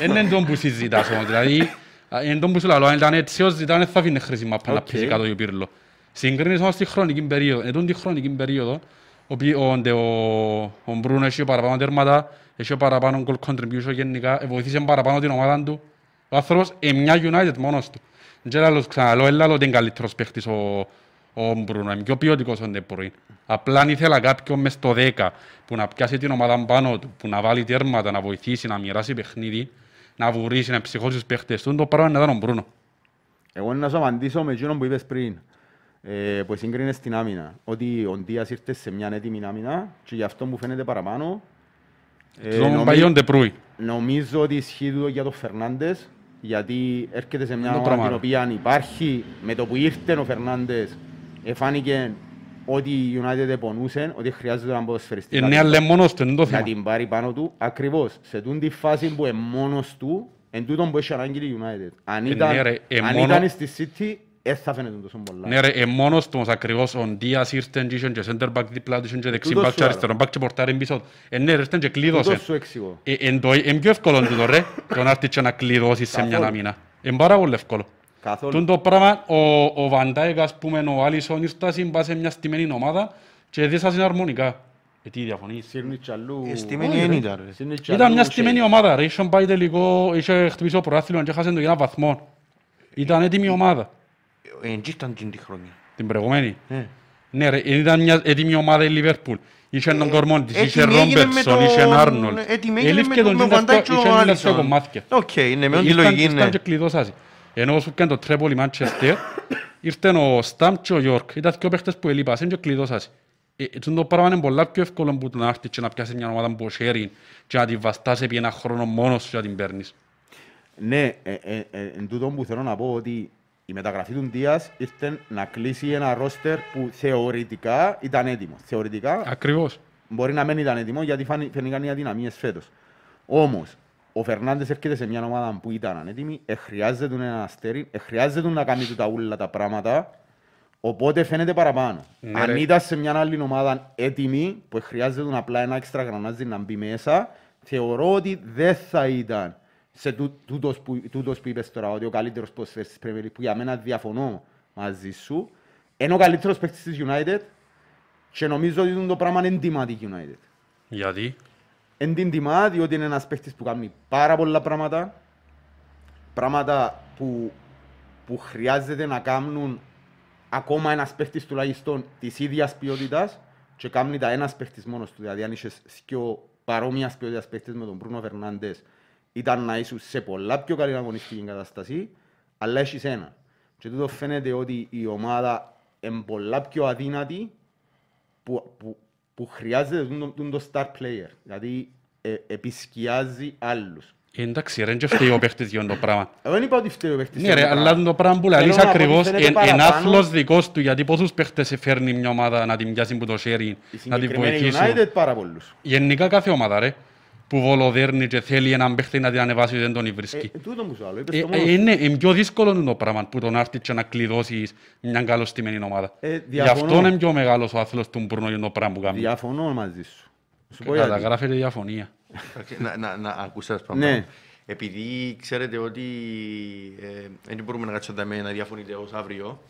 [SPEAKER 2] Ε, Εν εν τόν που συζητάς όμως, δηλαδή εν τόν που σου λαλώ, αν ήταν έτσι ως ζητάνε θα αφήνε χρήση μάπα να
[SPEAKER 3] Οκ.
[SPEAKER 2] πέσει κάτω ο Πύρλο. Συγκρίνεις όμως τη χρονική περίοδο, εν τόν τη χρονική περίοδο, ο ποι- όντε ο- ο Μπρούνο έχει παραπάνω τέρματα, έχει παραπάνω goal contribution γενικά, ε, βοήθησε παραπάνω την ομάδα του. Ο άνθρωπος ε, μια United μόνος του. Και λαλώς ξαναλώ, ε, λαλώ ότι είναι καλύτερος παίχτης ο, ο Μπρούνο, είναι πιο ποιοτικός ο Ντεπρούιν. Απλά αν ήθελα κάποιον μες στο 10 που να πιάσει την ομάδα πάνω του, που να βάλει τέρματα, να βοηθήσει, να μοιράσει παιχνίδι, να βουρήσει, να ψυχώσει τους παίχτες του, το πράγμα να ήταν ο Μπρούνο.
[SPEAKER 3] Εγώ να σου απαντήσω με εκείνον που είπες πριν, ε, που συγκρίνες την άμυνα. Ότι ο Ντίας ήρθε σε μια έτοιμη άμυνα και γι' αυτό μου φαίνεται παραπάνω. Ε,
[SPEAKER 2] Τον
[SPEAKER 3] νομι-
[SPEAKER 2] πάει ο Ντεπρούιν.
[SPEAKER 3] Νομίζω ότι ισχύει τούτο για τον Φερνάντες, γιατί έρχεται σε μια
[SPEAKER 2] Το
[SPEAKER 3] ομάδα την
[SPEAKER 2] πράγμα.
[SPEAKER 3] οποία υπάρχει, με το που ήρθε ο Φερνάντες, εφάνηκε ότι η United επονούσε, ότι χρειάζεται έναν ποδοσφαιριστή.
[SPEAKER 2] Είναι
[SPEAKER 3] να την-
[SPEAKER 2] Ε, ναι, αλλά μόνος του, είναι το
[SPEAKER 3] να
[SPEAKER 2] θέμα.
[SPEAKER 3] την πάρει πάνω του, ακριβώς, σε τούν τη φάση που είναι μόνος του, εν τούτον που έχει ανάγκη η United. Αν
[SPEAKER 2] Ε, ναι,
[SPEAKER 3] ήταν,
[SPEAKER 2] ρε, ε,
[SPEAKER 3] αν
[SPEAKER 2] μόνο-
[SPEAKER 3] ήταν στη City, Ε, θα φαίνεται τόσο πολλά.
[SPEAKER 2] Ναι ρε, ε, μόνος του όμως ακριβώς ο Ντίας ήρθε και είχε και center back δίπλα του, είχε και δεξί
[SPEAKER 3] Τούτο
[SPEAKER 2] back
[SPEAKER 3] σου
[SPEAKER 2] και
[SPEAKER 3] άρεσε.
[SPEAKER 2] αριστερό back και πορτάρι πίσω. Ε, ναι ρε, ήρθε και
[SPEAKER 3] Τούτο
[SPEAKER 2] κλείδωσε.
[SPEAKER 3] σου εξηγώ.
[SPEAKER 2] Ε, εν το- εν πιο εύκολο είναι τούτο ρε, το να έρθει και να κλειδώσει σε μια
[SPEAKER 3] Καθόλου.
[SPEAKER 2] άμυνα. Είναι πάρα πολύ εύκολο. Τον
[SPEAKER 3] Καθόλου.
[SPEAKER 2] το πράγμα, ο, ο Βαντάικ, ας πούμε, ο Άλισον ήρθασαν, πας σε μια στημένη ομάδα και δίσασαν αρμονικά. Ε, τι διαφωνείς.
[SPEAKER 3] Σύρνει τσαλού.
[SPEAKER 1] Ε, στη μήνυ δεν ήταν, ρε.
[SPEAKER 3] Σύρνει τσαλού,
[SPEAKER 2] Ήταν μια
[SPEAKER 3] και-
[SPEAKER 2] στημένη ομάδα, ρε. Είχαν πάει τελικό, είχε χτυπήσει το προάθλιο και χάσαν το για ένα βαθμό. Ήταν έτοιμη η ομάδα,
[SPEAKER 1] Ε, εντζή ήταν τζιν τη χρονιά.
[SPEAKER 2] την προηγούμενη.
[SPEAKER 1] Ναι.
[SPEAKER 2] Ναι ρε, ήταν μια έτοιμη ομάδα η Λιβερπούλ. Είχε τον κορμό της, είχε
[SPEAKER 1] Ε, Έτοιμη έγινε με
[SPEAKER 2] Ρόμπερτσον,
[SPEAKER 1] τον-
[SPEAKER 2] είχε Άρνολτ.
[SPEAKER 1] έτοιμη έγινε με
[SPEAKER 2] Ελήφθηκε
[SPEAKER 1] τον
[SPEAKER 2] τον
[SPEAKER 1] Van Dijk και
[SPEAKER 2] Τζίντας,
[SPEAKER 1] ο
[SPEAKER 2] είχε μίλα
[SPEAKER 1] Alisson.
[SPEAKER 2] σε κομμάτια.
[SPEAKER 1] Οκ, ναι, με ό,τι
[SPEAKER 2] Ήρθαν-
[SPEAKER 1] λογική
[SPEAKER 2] Ήρθαν
[SPEAKER 1] είναι.
[SPEAKER 2] και κλειδώσασαν. Ενώ όσο πιάνε το τρέπολι Μάντσεστερ, ήρθαν ο Σταμ και ο Γιόρκ. Ήταν δύο παίχτες που ελείπασαν και κλειδώσασαν. Ε, ε, τούτο πράγμα είναι πολλά πιο εύκολο που το να έρθεις και να πιάσεις μια ομάδα που χέρι και να τη βαστάς επί ένα χρόνο μόνος σου και να την παίρνεις.
[SPEAKER 3] Ναι, ε, ε, ε, εν τούτο που θέλω να πω ότι η μεταγραφή του Ντίας ήρθε να κλείσει ένα ρόστερ που θεωρητικά ήταν έτοιμο. Θεωρητικά
[SPEAKER 2] Ακριβώς.
[SPEAKER 3] μπορεί να μην ήταν έτοιμο γιατί φαν- φαινήκαν οι αδυναμίες φέτος. Όμως, ο Φερνάντες έρχεται σε μια ομάδα που ήταν ανέτοιμη, ε, χρειάζεται του ένα αστέρι, ε, χρειάζεται του να κάνει του τα ούλα τα πράγματα, οπότε φαίνεται παραπάνω.
[SPEAKER 2] Ναι,
[SPEAKER 3] Αν
[SPEAKER 2] ρε.
[SPEAKER 3] ήταν σε μια άλλη ομάδα έτοιμη, που ε, χρειάζεται του απλά ένα έξτρα γρανάζι να μπει μέσα, θεωρώ ότι δεν θα ήταν σε τού, τούτος, που, τούτος που είπες τώρα, ότι ο καλύτερος προσφέρσης της Premier League, που για μένα διαφωνώ μαζί σου, ενώ ο καλύτερος παίκτης της United, και νομίζω ότι το πράγμα είναι τιμά τη United.
[SPEAKER 2] Γιατί.
[SPEAKER 3] Εν την τιμά διότι είναι ένας παίχτης που κάνει πάρα πολλά πράγματα. Πράγματα που, που χρειάζεται να κάνουν ακόμα ένας παίχτης τουλάχιστον της ίδιας ποιότητας και κάνει τα ένας παίχτης μόνος του. Δηλαδή αν είχες δυο παρόμοιας ποιότητας παίχτες με τον Μπρούνο Φερνάντες ήταν να είσαι σε πολλά πιο καλή αγωνιστική κατάσταση, αλλά έχεις ένα. Και τούτο φαίνεται ότι η ομάδα είναι πολλά πιο αδύνατη που, που, που χρειάζεται τον, τον το star player. Δηλαδή ε, επισκιάζει άλλους.
[SPEAKER 2] Ε, Εντάξει ρε, δεν φταίει ο παίχτης για το πράγμα.
[SPEAKER 3] Εγώ δεν είπα ότι φταίει ο παίχτης.
[SPEAKER 2] Ναι ρε,
[SPEAKER 3] είναι
[SPEAKER 2] αλλά
[SPEAKER 3] πράγμα.
[SPEAKER 2] το πράγμα που
[SPEAKER 3] Θέλω
[SPEAKER 2] λαλείς
[SPEAKER 3] να πω ότι
[SPEAKER 2] ακριβώς
[SPEAKER 3] φαίνεται
[SPEAKER 2] εν- εν
[SPEAKER 3] παραπάνω.
[SPEAKER 2] άθλος δικός του, γιατί πόσους παίχτες φέρνει μια ομάδα να την πιάσει που το χέρι,
[SPEAKER 3] Η
[SPEAKER 2] να την
[SPEAKER 3] συγκεκριμένη
[SPEAKER 2] βοηθήσει.
[SPEAKER 3] United πάρα πολλούς. Ε,
[SPEAKER 2] Γενικά κάθε ομάδα ρε, που βολοδέρνει και θέλει έναν παίχτη να την ανεβάσει δεν τον
[SPEAKER 3] Ε,
[SPEAKER 2] βρίσκει.
[SPEAKER 3] ε, τούτο μου σου άλλο,
[SPEAKER 2] Ε,
[SPEAKER 3] είπες
[SPEAKER 2] ε,
[SPEAKER 3] το μόνος.
[SPEAKER 2] ε, Είναι είναι πιο δύσκολο το πράγμα που τον άρθει και να κλειδώσεις μια καλωστημένη ομάδα.
[SPEAKER 3] Ε,
[SPEAKER 2] Γι'
[SPEAKER 3] διαφωνώ.
[SPEAKER 2] αυτό είναι πιο μεγάλος ο άθλος του Μπρούνο για το πράγμα που κάνει.
[SPEAKER 3] Διαφωνώ μαζί σου. Σου πω γιατί.
[SPEAKER 2] Καταγράφεται διαφωνία.
[SPEAKER 1] Να, να, να ακούσετε ένα πράγμα.
[SPEAKER 3] Ναι.
[SPEAKER 1] Επειδή ξέρετε ότι ε, δεν μπορούμε να κάτσουμε να διαφωνείτε ως αύριο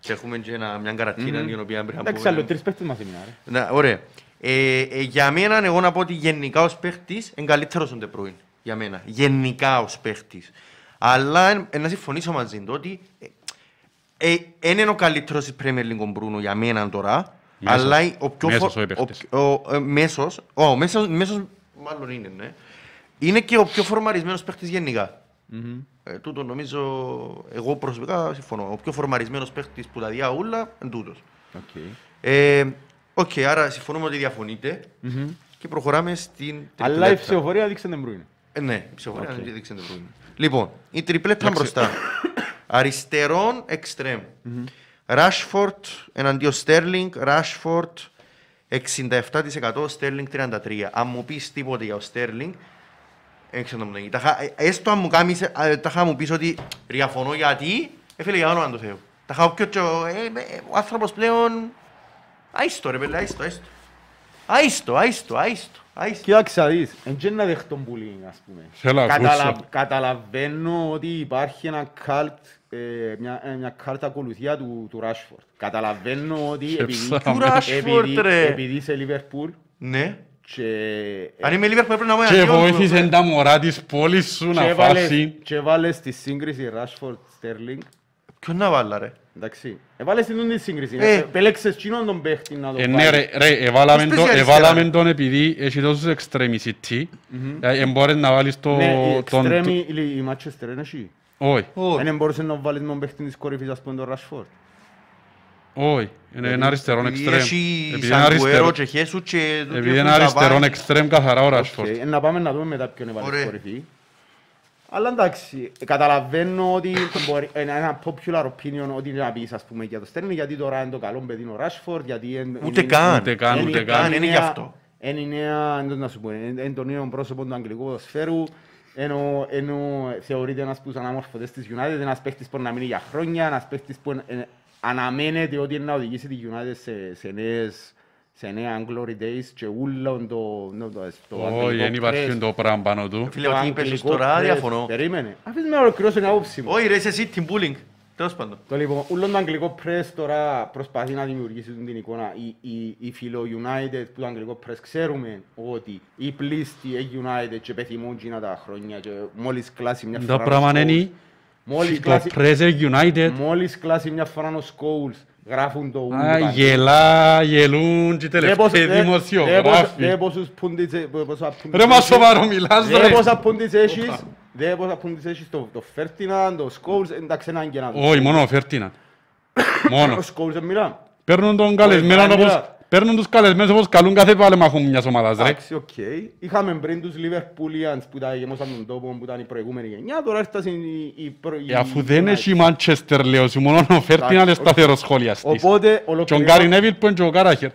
[SPEAKER 1] και έχουμε και ένα, μια καρατίνα την οποία πρέπει να
[SPEAKER 3] Εντάξει,
[SPEAKER 1] πούμε-
[SPEAKER 3] άλλο τρεις παίχτες μας έμεινα, ρε.
[SPEAKER 1] Να, ωραία. Ε, ε, για μένα, εγώ να πω ότι γενικά ως παίχτης είναι καλύτερος ο Ντεπρούιν. Για μένα. Γενικά ως παίχτης. Αλλά ε, ε, να συμφωνήσω μαζί του ότι ε, ε, ε, είναι ο καλύτερος της Premier League ο Μπρούνο για μένα τώρα.
[SPEAKER 2] Μέσος.
[SPEAKER 1] Αλλά ε, ο πιο
[SPEAKER 2] Μέσος
[SPEAKER 1] φο-
[SPEAKER 2] ο παίχτης.
[SPEAKER 1] ο- ο, ε, μέσος, ο, ο μέσος, μέσος μάλλον είναι, ναι. Είναι και ο πιο φορμαρισμένος παίχτης γενικά. Ε, τούτο νομίζω, εγώ προσωπικά συμφωνώ. Ο πιο φορμαρισμένος παίχτης που τα διάολα είναι τούτος.
[SPEAKER 3] Οκ.
[SPEAKER 1] Ε, Οκ, άρα συμφωνούμε ότι διαφωνείτε και προχωράμε στην τριπλέτα.
[SPEAKER 3] Αλλά η ψηφοφορία δείξε την Μπρούινε.
[SPEAKER 1] Ε, ναι, η ψηφοφορία δεν δείξε το πρόβλημα. Λοιπόν, η τριπλέτα μπροστά. Αριστερών εξτρέμ. Ράσφορτ εναντίον Στέρλινγκ, Ράσφορτ 67% Στέρλινγκ 33%. Αν μου πεις τίποτε για ο Στέρλινγκ, έξω το μου λέγει. Τα χα- ε, Έστω αν μου κάνεις, ε, ε, τα χα μου πεις ότι διαφωνώ γιατί, έφυγε για όνομα του Θεού. Τα χα πιο τσο- ε, ε, ο άνθρωπος πλέον, αίστο ρε παιδιά, αίστο, αίστο. Αίστο, αίστο, αίστο, αίστο.
[SPEAKER 3] Κοίταξε να δεις, εν τζεν να δεχτώ bullying, ας πούμε.
[SPEAKER 2] Θέλω να
[SPEAKER 3] Καταλα-
[SPEAKER 2] ακούσω.
[SPEAKER 3] Καταλαβαίνω ότι υπάρχει ένα cult, ε, μια, ε, μια κάρτα ακολουθία του, του Rashford. Καταλαβαίνω ότι
[SPEAKER 2] Σε
[SPEAKER 3] επειδή,
[SPEAKER 2] ψάμε.
[SPEAKER 1] Του Rashford,
[SPEAKER 3] επειδή,
[SPEAKER 1] ρε.
[SPEAKER 3] επειδή είσαι Liverpool
[SPEAKER 1] Ναι.
[SPEAKER 3] και,
[SPEAKER 1] Αν είμαι Λίβερπουλ πρέπει να είμαι
[SPEAKER 2] Και
[SPEAKER 1] εναντίον του.
[SPEAKER 2] βοήθησε τα μωρά της πόλης σου
[SPEAKER 3] και,
[SPEAKER 2] να
[SPEAKER 3] έβαλες,
[SPEAKER 2] φάσει.
[SPEAKER 3] και έβαλες τη σύγκριση Rashford-Sterling,
[SPEAKER 1] Ποιον να βάλα ρε.
[SPEAKER 3] εντάξει, έβαλες την τούτη σύγκριση,
[SPEAKER 1] Ε.
[SPEAKER 3] επέλεξες εκείνον τον παίχτη να
[SPEAKER 2] Ε,
[SPEAKER 3] τον
[SPEAKER 2] ναι, ρε,
[SPEAKER 3] βάλεις.
[SPEAKER 2] ρε, εβάλαμε
[SPEAKER 1] Πώς
[SPEAKER 2] τον-
[SPEAKER 1] παίζει
[SPEAKER 2] εβάλαμε
[SPEAKER 1] αριστερά?
[SPEAKER 2] τον επειδή έχει τόσους εξτρεμιστή. Ε, μπορείς να βάλεις το-
[SPEAKER 3] Ναι, η
[SPEAKER 2] τον...
[SPEAKER 3] εξτρέμη, η- η Manchester Energy,
[SPEAKER 2] Όχι,
[SPEAKER 3] δεν μπορούσε να βάλεις με τον παίχτη της κορυφής, ας πούμε, τον Rashford.
[SPEAKER 2] όχι. Είναι ένα αριστερόν
[SPEAKER 1] Επειδή
[SPEAKER 2] εξτρέμ.
[SPEAKER 1] έχει
[SPEAKER 2] Επειδή είναι
[SPEAKER 1] σαν
[SPEAKER 2] αριστερό-
[SPEAKER 1] Γκουέρο και Χέσου και τούτοι
[SPEAKER 2] Επειδή
[SPEAKER 1] έχουν
[SPEAKER 2] είναι αριστερόν
[SPEAKER 1] Καβάνι.
[SPEAKER 2] εξτρέμ καθαρά ο Ράσφορτ.
[SPEAKER 3] Ε, Να πάμε να δούμε μετά ποιον έβαλε
[SPEAKER 1] Ωραία.
[SPEAKER 3] στην κορυφή. Αλλά εντάξει, ε, καταλαβαίνω ότι μπορεί, είναι ένα popular opinion ότι να πεις ας πούμε για το Στέρνι, γιατί τώρα είναι το καλό παιδί είναι ο Ράσφορντ, γιατί... εν-
[SPEAKER 1] Ούτε
[SPEAKER 3] είναι-
[SPEAKER 1] καν.
[SPEAKER 2] Ούτε καν,
[SPEAKER 3] εν-
[SPEAKER 2] ούτε
[SPEAKER 3] εν-
[SPEAKER 2] καν.
[SPEAKER 3] εν-
[SPEAKER 1] Είναι
[SPEAKER 3] εν-
[SPEAKER 1] γι' αυτό.
[SPEAKER 3] εν- Είναι η νέα, εν- να σου πω, εν- εν- τον νέο πρόσωπο του αγγλικού ποδοσφαίρου, Ενώ, ενώ θεωρείται ένας που σαν αμόρφωτες της United, ένας παίχτης που να μείνει για χρόνια, ένας παίχτης που ε, ε, αναμένεται ότι είναι να οδηγήσει τη United σε, σε νέες σε νέα glory days και ούλον το, το, το, το
[SPEAKER 2] Όχι, δεν υπάρχει το πράγμα πάνω του.
[SPEAKER 1] Φίλε, ό,τι είπες τώρα, διαφωνώ.
[SPEAKER 3] Περίμενε. Αφήστε με να ολοκληρώσω την άποψη μου.
[SPEAKER 1] Όχι ρε, είσαι εσύ την bullying. Τέλος πάντων.
[SPEAKER 3] Το λοιπόν, ούλον το αγγλικό press τώρα προσπαθεί να δημιουργήσει την εικόνα. Οι, οι, οι φίλο United που το αγγλικό press ξέρουμε ότι οι πλήστοι ε, United και πεθυμούν εκείνα τα χρόνια και μόλις κλάσει μια
[SPEAKER 2] Το
[SPEAKER 3] φορά ο
[SPEAKER 2] πράγμα είναι
[SPEAKER 3] Scholes, μόλις
[SPEAKER 2] το
[SPEAKER 3] κλάσει-
[SPEAKER 2] Preser United.
[SPEAKER 3] μόλις κλάσει μια φορά ο Σκόουλς γράφουν το ούλον.
[SPEAKER 2] Α, γελά, γελούν και οι τελευταίοι δημοσιογράφοι.
[SPEAKER 3] πόσους πούντιτσε... πόσα πούντιτσε-
[SPEAKER 2] Ρε μας σοβαρό μιλάς
[SPEAKER 3] Δε
[SPEAKER 2] ρε.
[SPEAKER 3] πόσα πούντιτσε έχεις. Δε πόσα πούντιτσε έχεις το το Φέρτιναν, το Σκόουλς, εντάξει έναν και έναν.
[SPEAKER 2] Όχι, μόνο ο Φερτίναν.
[SPEAKER 3] Ο
[SPEAKER 2] Μόνο.
[SPEAKER 3] Σκόουλς δεν μιλάμε.
[SPEAKER 2] Παίρνουν τον καλεσμένο
[SPEAKER 3] Μανίλα.
[SPEAKER 2] όπως... Παίρνουν τους καλεσμένους όπως καλούν κάθε παλεμαχό μιας ομάδας ρε.
[SPEAKER 3] Εντάξει, οκ. Είχαμε πριν τους Liverpoolians που τα γεμώσαν τον τόπο, που ήταν η προηγούμενη γενιά, τώρα έφτασαν οι- οι προ- οι-
[SPEAKER 2] Ε, Αφού δεν
[SPEAKER 3] οι-
[SPEAKER 2] έχει η Μάντσεστερ λέω σου, μόνο ο Φερτίναν είναι
[SPEAKER 3] Εντάξει,
[SPEAKER 2] σταθερός σχολιαστής.
[SPEAKER 3] Οπότε,
[SPEAKER 2] Και ο
[SPEAKER 3] ολοκληρώνω-
[SPEAKER 2] Γκάρι Νέβιλ που είναι και ο Γκάραχερ.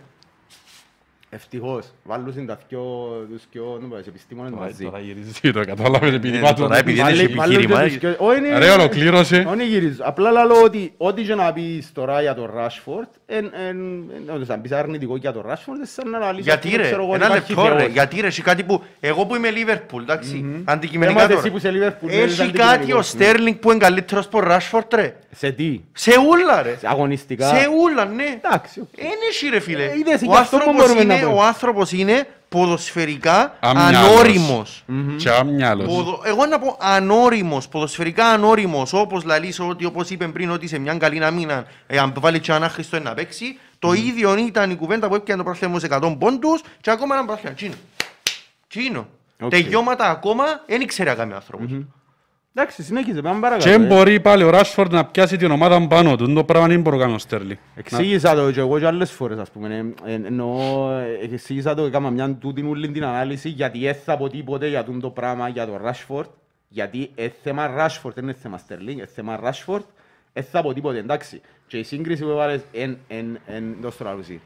[SPEAKER 3] Ευτυχώς, βάλουν τα δυο- τους δυο, νου, είπες, επιστήμονες μαζί.
[SPEAKER 2] Τώρα γυρίζεις το κατάλαβες επειδή
[SPEAKER 1] Ε,
[SPEAKER 2] πάτω.
[SPEAKER 1] τώρα επειδή δεν
[SPEAKER 3] Βάλε-
[SPEAKER 1] έχει
[SPEAKER 3] βάλουν
[SPEAKER 1] επιχείρημα,
[SPEAKER 3] τους
[SPEAKER 1] ε.
[SPEAKER 3] δυο- Ω, είναι-
[SPEAKER 2] Ρε ολοκλήρωσε.
[SPEAKER 3] Όνει γυρίζω. Απλά λαλώ ότι ό,τι και να πεις τώρα για τον Rashford, εν- εν- εν- όντως, αν πεις αρνητικό για τον Rashford, είναι σαν να λαλείς
[SPEAKER 1] Γιατί
[SPEAKER 3] ότι
[SPEAKER 1] ρε,
[SPEAKER 3] ξέρω εγώ,
[SPEAKER 1] ένα
[SPEAKER 3] υπάρχει
[SPEAKER 1] λεπτό ρε,
[SPEAKER 3] θεός.
[SPEAKER 1] γιατί ρε, έχει κάτι που, εγώ που είμαι Liverpool, εντάξει, αντικειμενικά
[SPEAKER 3] Έμα εσύ
[SPEAKER 1] τώρα.
[SPEAKER 3] που είσαι Liverpool, δεν είσαι
[SPEAKER 1] Έχει κάτι ο
[SPEAKER 3] αντικειμενικός, ναι.
[SPEAKER 1] Στέρλινγκ που είναι καλύτερος από Ράσφορτ ρε.
[SPEAKER 3] Σε τι,
[SPEAKER 1] Σε ούλα ρε.
[SPEAKER 3] σε αγωνιστικά.
[SPEAKER 1] Σε ούλα ναι.
[SPEAKER 3] Εντάξει, οκ.
[SPEAKER 1] Εν έχει ρε φίλε.
[SPEAKER 3] Ε, είδες,
[SPEAKER 1] Ο
[SPEAKER 3] γι' αυτό που
[SPEAKER 1] άνθρωπος
[SPEAKER 3] μπορούμε να
[SPEAKER 1] είναι,
[SPEAKER 3] πούμε.
[SPEAKER 1] ο άνθρωπος είναι ποδοσφαιρικά
[SPEAKER 2] Αμυαλός.
[SPEAKER 1] ανώριμος.
[SPEAKER 2] Και αμυαλός.
[SPEAKER 1] Ποδο- Εγώ να πω ανώριμος, ποδοσφαιρικά ανώριμος, όπως λαλείς ότι όπως είπε πριν, ότι σε μια καλή αμήνα, ε, αν βάλει και ένα Χριστό να παίξει, το ίδιο ήταν η κουβέντα που έπιανε το πρόθυμο σε 100 πόντους και ακόμα ένα πρόθυμο. Τσίνο. Τσίνο.
[SPEAKER 3] Οκ.
[SPEAKER 1] Τελειώματα ακόμα δεν ήξερε Ε, κανένα άνθρωπο.
[SPEAKER 3] Εντάξει, συνέχιζε, πάμε παρακάτω.
[SPEAKER 2] Και
[SPEAKER 3] ε.
[SPEAKER 2] μπορεί πάλι ο Ράσφορντ να πιάσει την ομάδα πάνω του. Το πράγμα δεν μπορεί να Ε, κάνει ο Στέρλι.
[SPEAKER 3] Εξήγησα το και εγώ και άλλες φορές ας πούμε, ε, ε, εννοώ, ε, εξήγησα το, έκανα μια τούτη ούλη την ανάλυση γιατί έθα από τίποτε για τούν το πράγμα για το Rashford, γιατί ε, θέμα Rashford, δεν είναι θέμα Sterling, ε, θέμα Rashford, έθα από τίποτε, εντάξει. Και η σύγκριση που έβαλες, εν, εν, εν, δώσ' το λαλούζι.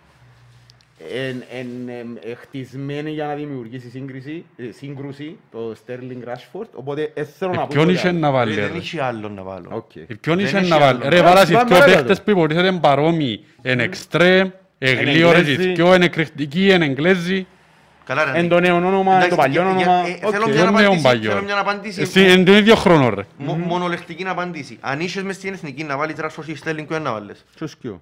[SPEAKER 3] εν, εν, εμ, ε, χτισμένη για να δημιουργήσει σύγκριση, ε, σύγκρουση το Sterling Rashford, οπότε ε, θέλω να πω
[SPEAKER 2] Ποιον
[SPEAKER 3] τίποτε
[SPEAKER 2] είχε
[SPEAKER 3] άλλο.
[SPEAKER 2] να βάλει.
[SPEAKER 1] Δεν
[SPEAKER 2] ρε.
[SPEAKER 1] είχε άλλο να βάλω.
[SPEAKER 3] Οκ.
[SPEAKER 2] Ε, Ποιον
[SPEAKER 1] Δεν
[SPEAKER 2] είχε
[SPEAKER 1] έχει
[SPEAKER 2] να
[SPEAKER 1] άλλο.
[SPEAKER 2] βάλει. Ρε βάλα
[SPEAKER 3] Πάμε
[SPEAKER 2] οι δυο
[SPEAKER 3] παρακάτω.
[SPEAKER 2] παίχτες που υποτίθεται είναι παρόμοιοι. Εν εξτρέμ, εν
[SPEAKER 3] Εν
[SPEAKER 2] γλίωρες οι
[SPEAKER 3] Εγγλέζοι.
[SPEAKER 2] δυο, εν εκρηκτικοί, εν εγγλέζοι.
[SPEAKER 1] Καλά, ρε.
[SPEAKER 3] Εν το νέο όνομα, εν
[SPEAKER 1] Εντάξει,
[SPEAKER 3] το παλιό
[SPEAKER 1] για- για-
[SPEAKER 3] όνομα,
[SPEAKER 1] ε,
[SPEAKER 3] οκ.
[SPEAKER 1] θέλω μια
[SPEAKER 2] Ποιον νέον
[SPEAKER 1] απάντηση.
[SPEAKER 2] παλιό.
[SPEAKER 1] Θέλω μια απάντηση.
[SPEAKER 2] Εσύ εν τον ίδιο χρόνο ρε.
[SPEAKER 1] Μο- Μονολεκτική απάντηση. Αν είσαι μες στην εθνική να βάλεις τράσφο ή στέλνει και να βάλει.
[SPEAKER 3] Τσουσκιό.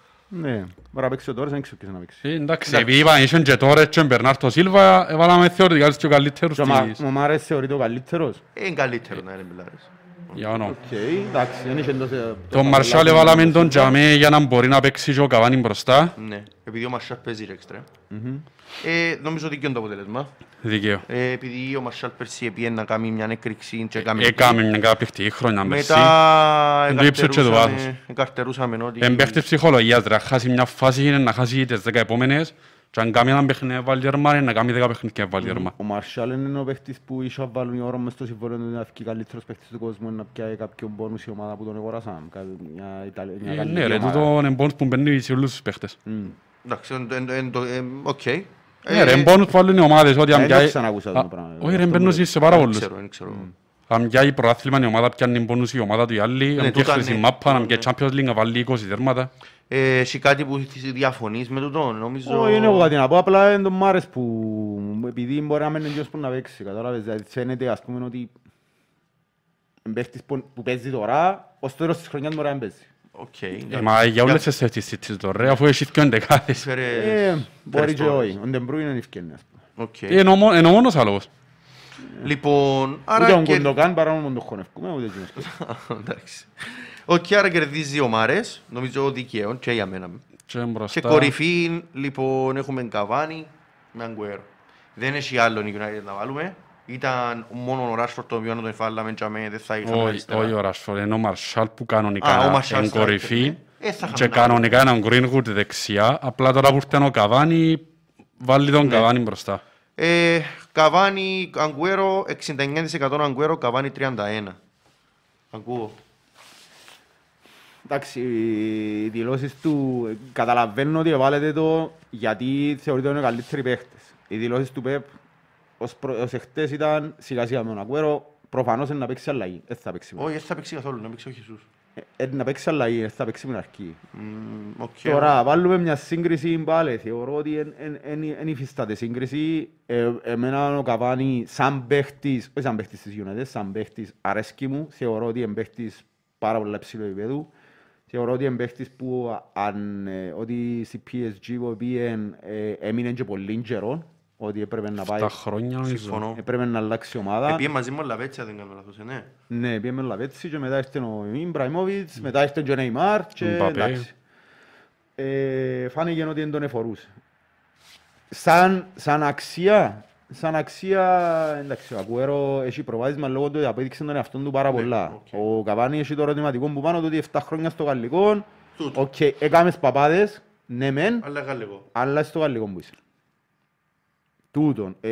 [SPEAKER 3] Ναι, μπορεί να παίξει ο Τόρες, δεν ξέρω ποιος να παίξει.
[SPEAKER 2] Ε, Εντάξει, επειδή είπαν είχαν και τώρα και ο Μπερνάρτο Σίλβα, έβαλαμε θεωρητικά τους πιο καλύτερους
[SPEAKER 3] Και ο Μα-
[SPEAKER 2] της.
[SPEAKER 3] Ο Μάρες θεωρείται ο καλύτερος.
[SPEAKER 1] Ε, Είναι καλύτερο να είναι μιλάρες.
[SPEAKER 2] Για όνομα.
[SPEAKER 3] Οκ, εντάξει, δεν είχε τόσο...
[SPEAKER 2] Τον Μαρσάλ έβαλαμε τον Τζαμέ για να μπορεί να παίξει και ο Καβάνι μπροστά.
[SPEAKER 1] Ναι, επειδή ο Μαρσάλ παίζει ρε εξτρέμ. Ε, Νομίζω ότι και είναι το αποτέλεσμα.
[SPEAKER 2] Δικαίω.
[SPEAKER 1] Ε, Επειδή ο Μαρσάλ πέρσι επήγε να κάνει μια έκρηξη και έκαμε-
[SPEAKER 2] Έκαμε μια καταπληκτική χρονιά Ε, πέρσι.
[SPEAKER 1] Ε, Μετά
[SPEAKER 2] Εν το ύψος και το
[SPEAKER 1] εκαρτερούσαμε-
[SPEAKER 2] βάθος.
[SPEAKER 1] εκαρτερούσαμε ότι...
[SPEAKER 2] Εν παίχτες ψυχολογίας, ρε, αν χάσει μια φάση είναι να χάσει τις δέκα επόμενες και αν κάνει έναν παιχνίδι να βάλει τέρμα, είναι να κάνει δέκα παιχνίδια να βάλει τέρμα.
[SPEAKER 3] Ο Μαρσάλ είναι ο παίχτης που ίσως βάλουν οι όρο μες στο συμβόλαιο του να βγει καλύτερος παίχτης του κόσμου να πιάει κάποιον πόνους η ομάδα που τον αγοράσαν. Κάτι- μια Ιταλ- μια
[SPEAKER 2] Ε,
[SPEAKER 3] γαλλική
[SPEAKER 2] Ναι ρε,
[SPEAKER 3] ομάδα.
[SPEAKER 2] τούτο είναι πόνους που μπαίνει σε όλους τους παίχτες.
[SPEAKER 1] Εντάξει, εν- εν- εν- το- εμ, οκ. Ε,
[SPEAKER 2] Ναι ρε, είναι πόνους που βάλουν οι ομάδες ότι αν
[SPEAKER 3] Δεν το
[SPEAKER 2] πιάει-
[SPEAKER 3] ξανακούσα το
[SPEAKER 2] Α,
[SPEAKER 3] πράγμα.
[SPEAKER 2] Όχι ρε,
[SPEAKER 3] Αυτό
[SPEAKER 2] μπαίνουν σε πάρα
[SPEAKER 1] ε, δεν
[SPEAKER 2] πολλούς.
[SPEAKER 1] ξέρω, δεν ξέρω.
[SPEAKER 2] Αν πιάει πρωτάθλημα η ομάδα, πιάνει πόνους η ομάδα του η άλλη. Αν πιάει
[SPEAKER 1] τούτα
[SPEAKER 2] χρυσή
[SPEAKER 1] ναι.
[SPEAKER 2] μάπα, αν
[SPEAKER 1] Ναι.
[SPEAKER 2] πιάει Champions League να βάλει 20 τέρματα.
[SPEAKER 1] Ε, Εσύ κάτι που θυ- διαφωνείς με τούτο, νομίζω...
[SPEAKER 3] Όχι, είναι εγώ κάτι να πω, απλά είναι τον Μάρες που επειδή μπορεί να μένει εντός που να παίξει, κατάλαβες, δηλαδή φαίνεται ας πούμε ότι εν παίχτης που, που παίζει τώρα, ως τέλος της χρονιάς μπορεί να μην παίζει.
[SPEAKER 1] Οκ.
[SPEAKER 2] Ε, Μα για όλες τις στατιστικές τώρα, αφού έχει και εντεκάδες.
[SPEAKER 1] Φέρε-
[SPEAKER 3] Ε, μπορεί
[SPEAKER 1] φέρες
[SPEAKER 3] και
[SPEAKER 1] τώρα.
[SPEAKER 3] όχι, Ε, ο Ντεμπρούιν είναι ευκαιρία.
[SPEAKER 1] Οκ.
[SPEAKER 2] Είναι ο μο- είναι ο μόνος Ε, άλλος.
[SPEAKER 1] Λοιπόν,
[SPEAKER 3] Ούτε
[SPEAKER 1] άρα...
[SPEAKER 3] τον
[SPEAKER 1] και-
[SPEAKER 3] Κουντοκάν παρά μόνο τον Χωνευκούμε, ούτε εκείνος.
[SPEAKER 1] [laughs] Εντάξει. Οκ, άρα κερδίζει ο Μάρες, νομίζω δικαίων και για μένα.
[SPEAKER 2] Και μπροστά.
[SPEAKER 1] Σε κορυφή, λοιπόν, έχουμε Καβάνι με Αγκουέρο. Δεν έχει άλλον η United να βάλουμε. ήταν μόνο ο Ράσφορτ το οποίο να τον εφάλαμε και αμέ, δεν θα είχαμε
[SPEAKER 2] Όχι,
[SPEAKER 1] αριστερά.
[SPEAKER 2] όχι ο Ράσφορντ, είναι ο Μαρσάλ που
[SPEAKER 1] Α, ο
[SPEAKER 2] κανονικά
[SPEAKER 1] Μαρσάλ
[SPEAKER 2] είναι
[SPEAKER 1] στα
[SPEAKER 2] κορυφή
[SPEAKER 1] αριστερά. Ε, θα
[SPEAKER 2] και
[SPEAKER 1] είχαμε να-
[SPEAKER 2] κανονικά είναι ο Greenwood δεξιά, απλά τώρα που ήρθε ο Καβάνι, βάλει τον
[SPEAKER 1] Ναι.
[SPEAKER 2] Καβάνι μπροστά.
[SPEAKER 1] Ε, Καβάνι, Αγκουέρο, 69% Αγκουέρο, Καβάνι 31. Ακούω.
[SPEAKER 3] Εντάξει, οι δηλώσεις του ε, καταλαβαίνω ότι βάλετε το γιατί θεωρείται ότι είναι καλύτεροι παίχτες. Οι δηλώσεις του ΠΕΠ ως, προ, ως εχθές ήταν σιγά σιγά με τον Αγουέρο, προφανώς είναι να παίξει αλλαγή. Δεν θα παίξει.
[SPEAKER 1] Όχι, δεν θα παίξει καθόλου, να παίξει ο Χεσούς.
[SPEAKER 3] Ε, ε, να παίξει αλλαγή, δεν θα παίξει με την αρχή.
[SPEAKER 1] Μμμ, οκ.
[SPEAKER 3] Τώρα βάλουμε μια σύγκριση πάλι. Θεωρώ ότι εν- εν- εν- εν υφιστάται σύγκριση. Ε, εμένα ο Καβάνι σαν παίχτης, όχι σαν παίχτης της United, σαν παίχτης αρέσκει μου. Θεωρώ ότι είναι παίχτης πάρα πολύ ψηλό επίπεδου. Θεωρώ ότι είναι παίχτης που α- αν, ε, ότι στη PSG που πήγε, ε, έμεινε και πολύ καιρό, ότι έπρεπε να πάει,
[SPEAKER 2] Τα χρόνια νομίζω.
[SPEAKER 1] Συμφωνώ.
[SPEAKER 3] έπρεπε να αλλάξει ομάδα.
[SPEAKER 1] Επειδή μαζί μου Λαβέτσια δεν κάνω λάθος, ε, ναι.
[SPEAKER 3] Ναι, πήγε με Λαβέτσι και μετά ήρθε ο Ιμπραϊμόβιτς, μετά ήρθε και ο Νεϊμάρ και
[SPEAKER 2] Μπαπέ.
[SPEAKER 3] εντάξει. Ε, φάνηκε ότι δεν τον εφορούσε. Σαν, σαν αξία, σαν αξία, εντάξει, ο Ακουέρο έχει προβάδισμα λόγω του ότι απέδειξε τον εαυτό του πάρα πολλά.
[SPEAKER 1] Ναι, οκ.
[SPEAKER 3] Ο Καβάνι έχει το ερωτηματικό που πάνω του ότι 7 χρόνια στο γαλλικό,
[SPEAKER 1] Τούτο.
[SPEAKER 3] οκ, έκαμες παπάδες, ναι μεν,
[SPEAKER 1] Αλλά γαλλικό.
[SPEAKER 3] αλλά στο γαλλικό που είσαι. Τούτον. Ε,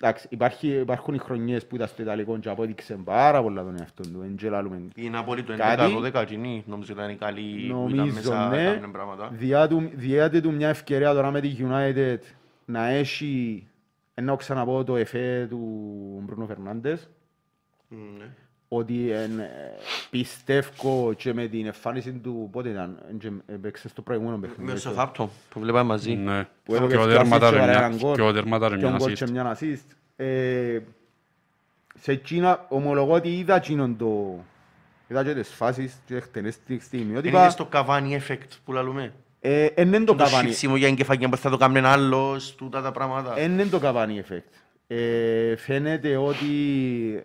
[SPEAKER 3] εντάξει, υπάρχει, υπάρχουν οι χρονιές που ήταν στο Ιταλικό και απόδειξε πάρα πολλά τον εαυτό του. Εν και λάλλουμε.
[SPEAKER 1] Η Ναπόλη του
[SPEAKER 3] Κάτι.
[SPEAKER 1] 11-12 κοινή, νομίζω ήταν η καλή που ήταν
[SPEAKER 3] Νομίζω
[SPEAKER 1] μέσα,
[SPEAKER 3] ναι.
[SPEAKER 1] έκαναν πράγματα.
[SPEAKER 3] Διά του- Διέται του μια ευκαιρία τώρα με τη United να έχει ενώ ξαναπώ το εφέ του Μπρούνο Φερνάντες
[SPEAKER 1] Μμ, ναι.
[SPEAKER 3] ότι εν, ε, πιστεύω και με την εμφάνιση του πότε ήταν, εν και έπαιξε στο προηγούμενο παιχνίδι.
[SPEAKER 1] Με
[SPEAKER 3] έτσι.
[SPEAKER 1] στο Southampton, που βλέπαμε μαζί.
[SPEAKER 2] Ναι.
[SPEAKER 3] που έδωκε
[SPEAKER 2] Και ο
[SPEAKER 3] στο assist
[SPEAKER 2] τέρματαρε
[SPEAKER 3] και
[SPEAKER 2] μια-
[SPEAKER 3] έναν γκολ.
[SPEAKER 2] και ο τέρματαρε
[SPEAKER 3] Και ο
[SPEAKER 2] μια
[SPEAKER 3] γκολ
[SPEAKER 2] assist.
[SPEAKER 3] και μια assist. Ε, σε εκείνα ομολογώ ότι είδα εκείνον το... Είδα και τις φάσεις και εκτελές τη
[SPEAKER 1] Είναι
[SPEAKER 3] στιγμιότυπα.
[SPEAKER 1] στο Cavani effect που λαλούμε.
[SPEAKER 3] Ε, εν είναι το
[SPEAKER 1] Το
[SPEAKER 3] καβάνι.
[SPEAKER 1] σύψιμο για εγκεφαγιά που θα το κάνει ένα άλλος, τούτα τα πράγματα.
[SPEAKER 3] Εν είναι το καβάνι effect. Ε, φαίνεται ότι...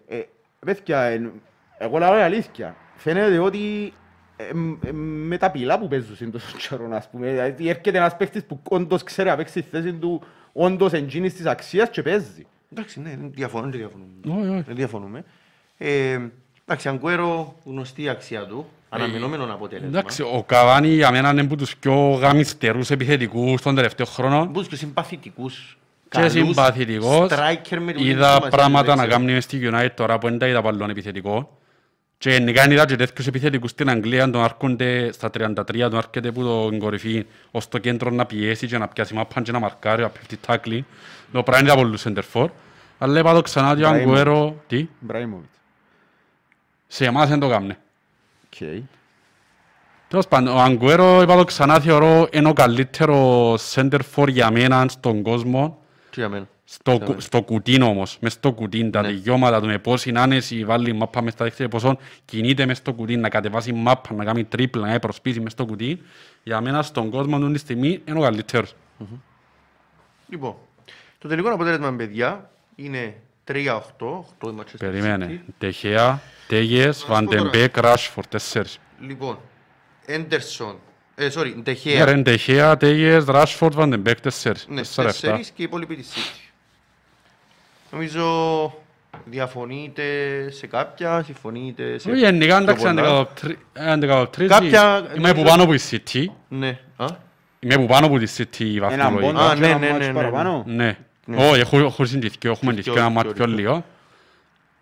[SPEAKER 3] Ε, παιδιά, εν- εγώ λέω η αλήθεια. Φαίνεται ότι ε, ε, με τα πυλά που παίζουν [laughs] είναι τόσο καιρό, ας πούμε. Δηλαδή, έρχεται ένας παίχτης που όντως ξέρει να παίξει τη θέση του, όντως εντζήνης της αξίας και παίζει.
[SPEAKER 1] Εντάξει, ναι, δεν διαφωνούμε. Δεν διαφωνούμε.
[SPEAKER 2] Όχι, όχι.
[SPEAKER 1] Δεν διαφωνούμε. Ε, εντάξει, Αγκουέρο, γνωστή η αξία του. Αναμενόμενο αποτέλεσμα.
[SPEAKER 2] Ε, Εντάξει, ο Καβάνι για μένα είναι από τους πιο γαμιστερούς επιθετικούς των τελευταίων χρόνων.
[SPEAKER 1] Μπούς και συμπαθητικούς.
[SPEAKER 2] Και συμπαθητικός.
[SPEAKER 1] Στράικερ με
[SPEAKER 2] Είδα πράγματα να κάνει μες στη United τώρα που δεν τα είδα παλιών επιθετικών. Και γενικά είδα και τέτοιους επιθετικούς στην Αγγλία τον άρχονται στα 33, τον άρχεται που τον κορυφή ως το κέντρο να πιέσει και να πιάσει μάπαν και να μαρκάρει, να πέφτει τάκλι. Το πράγμα είδα πολλούς σεντερφόρ. Αλλά είπα το ξανά ότι ο
[SPEAKER 3] Ibrahimovic.
[SPEAKER 2] Αγκουέρο, τι,
[SPEAKER 3] Μπραήμοβιτ.
[SPEAKER 2] σε εμάς δεν το κάμνε.
[SPEAKER 3] Okay.
[SPEAKER 2] Τέλος πάντων, ο Αγκουέρο, είπα το ξανά, θεωρώ είναι ο καλύτερο center for για μένα στον κόσμο.
[SPEAKER 1] Τι για μένα.
[SPEAKER 2] Στο, κου, στο κουτίν όμως, μες στο κουτίν, τα
[SPEAKER 1] Ναι.
[SPEAKER 2] δικαιώματα του, με πόση άνεση βάλει μάπα μες στα δίχτυα, πόσο κινείται μες στο κουτίν, να κατεβάσει μάπα, να κάνει τρίπλα, να κάνει προσπίσει μες στο κουτίν. Για μένα στον κόσμο του τη στιγμή είναι ο καλύτερος.
[SPEAKER 1] Λοιπόν, το τελικό αποτέλεσμα, παιδιά, είναι 3-8. 8 Manchester
[SPEAKER 2] Περιμένε.
[SPEAKER 1] City.
[SPEAKER 2] Τεχέα, Τέγιες,
[SPEAKER 1] πω τώρα.
[SPEAKER 2] Βαντεμπέκ, Ράσφορτ, τέσσερις.
[SPEAKER 1] Λοιπόν, Έντερσον. Ε, sorry,
[SPEAKER 2] Ναι,
[SPEAKER 1] Ντεχέα.
[SPEAKER 2] ρε, Τεχέα, Τέγιες, Ράσφορτ, Βαντεμπέκ, τέσσερις.
[SPEAKER 1] Ναι,
[SPEAKER 2] Τέσσερα, εφτά.
[SPEAKER 1] τέσσερις και οι υπόλοιποι της City. Νομίζω διαφωνείτε σε κάποια, συμφωνείτε σε
[SPEAKER 2] Όχι, γενικά,
[SPEAKER 1] πιο
[SPEAKER 2] εντάξει,
[SPEAKER 1] πολλά.
[SPEAKER 2] αν δεκατρεις,
[SPEAKER 1] Κάποια-
[SPEAKER 2] είμαι που πάνω από η City,
[SPEAKER 1] Ναι. Α,
[SPEAKER 2] είμαι που πάνω από τη City η
[SPEAKER 3] Έναν
[SPEAKER 2] βαθμολογία.
[SPEAKER 3] πόντο
[SPEAKER 1] Α,
[SPEAKER 3] και
[SPEAKER 1] ναι,
[SPEAKER 3] ένα
[SPEAKER 1] ναι,
[SPEAKER 3] μάτς
[SPEAKER 1] ναι, ναι.
[SPEAKER 3] παραπάνω.
[SPEAKER 2] Ναι.
[SPEAKER 1] Ναι.
[SPEAKER 2] Όχι, έχω- έχω συνδυθκεί, έχουμε συνδυθκεί ένα
[SPEAKER 1] δυο,
[SPEAKER 2] μάτι πιο
[SPEAKER 1] δυο.
[SPEAKER 2] λίγο.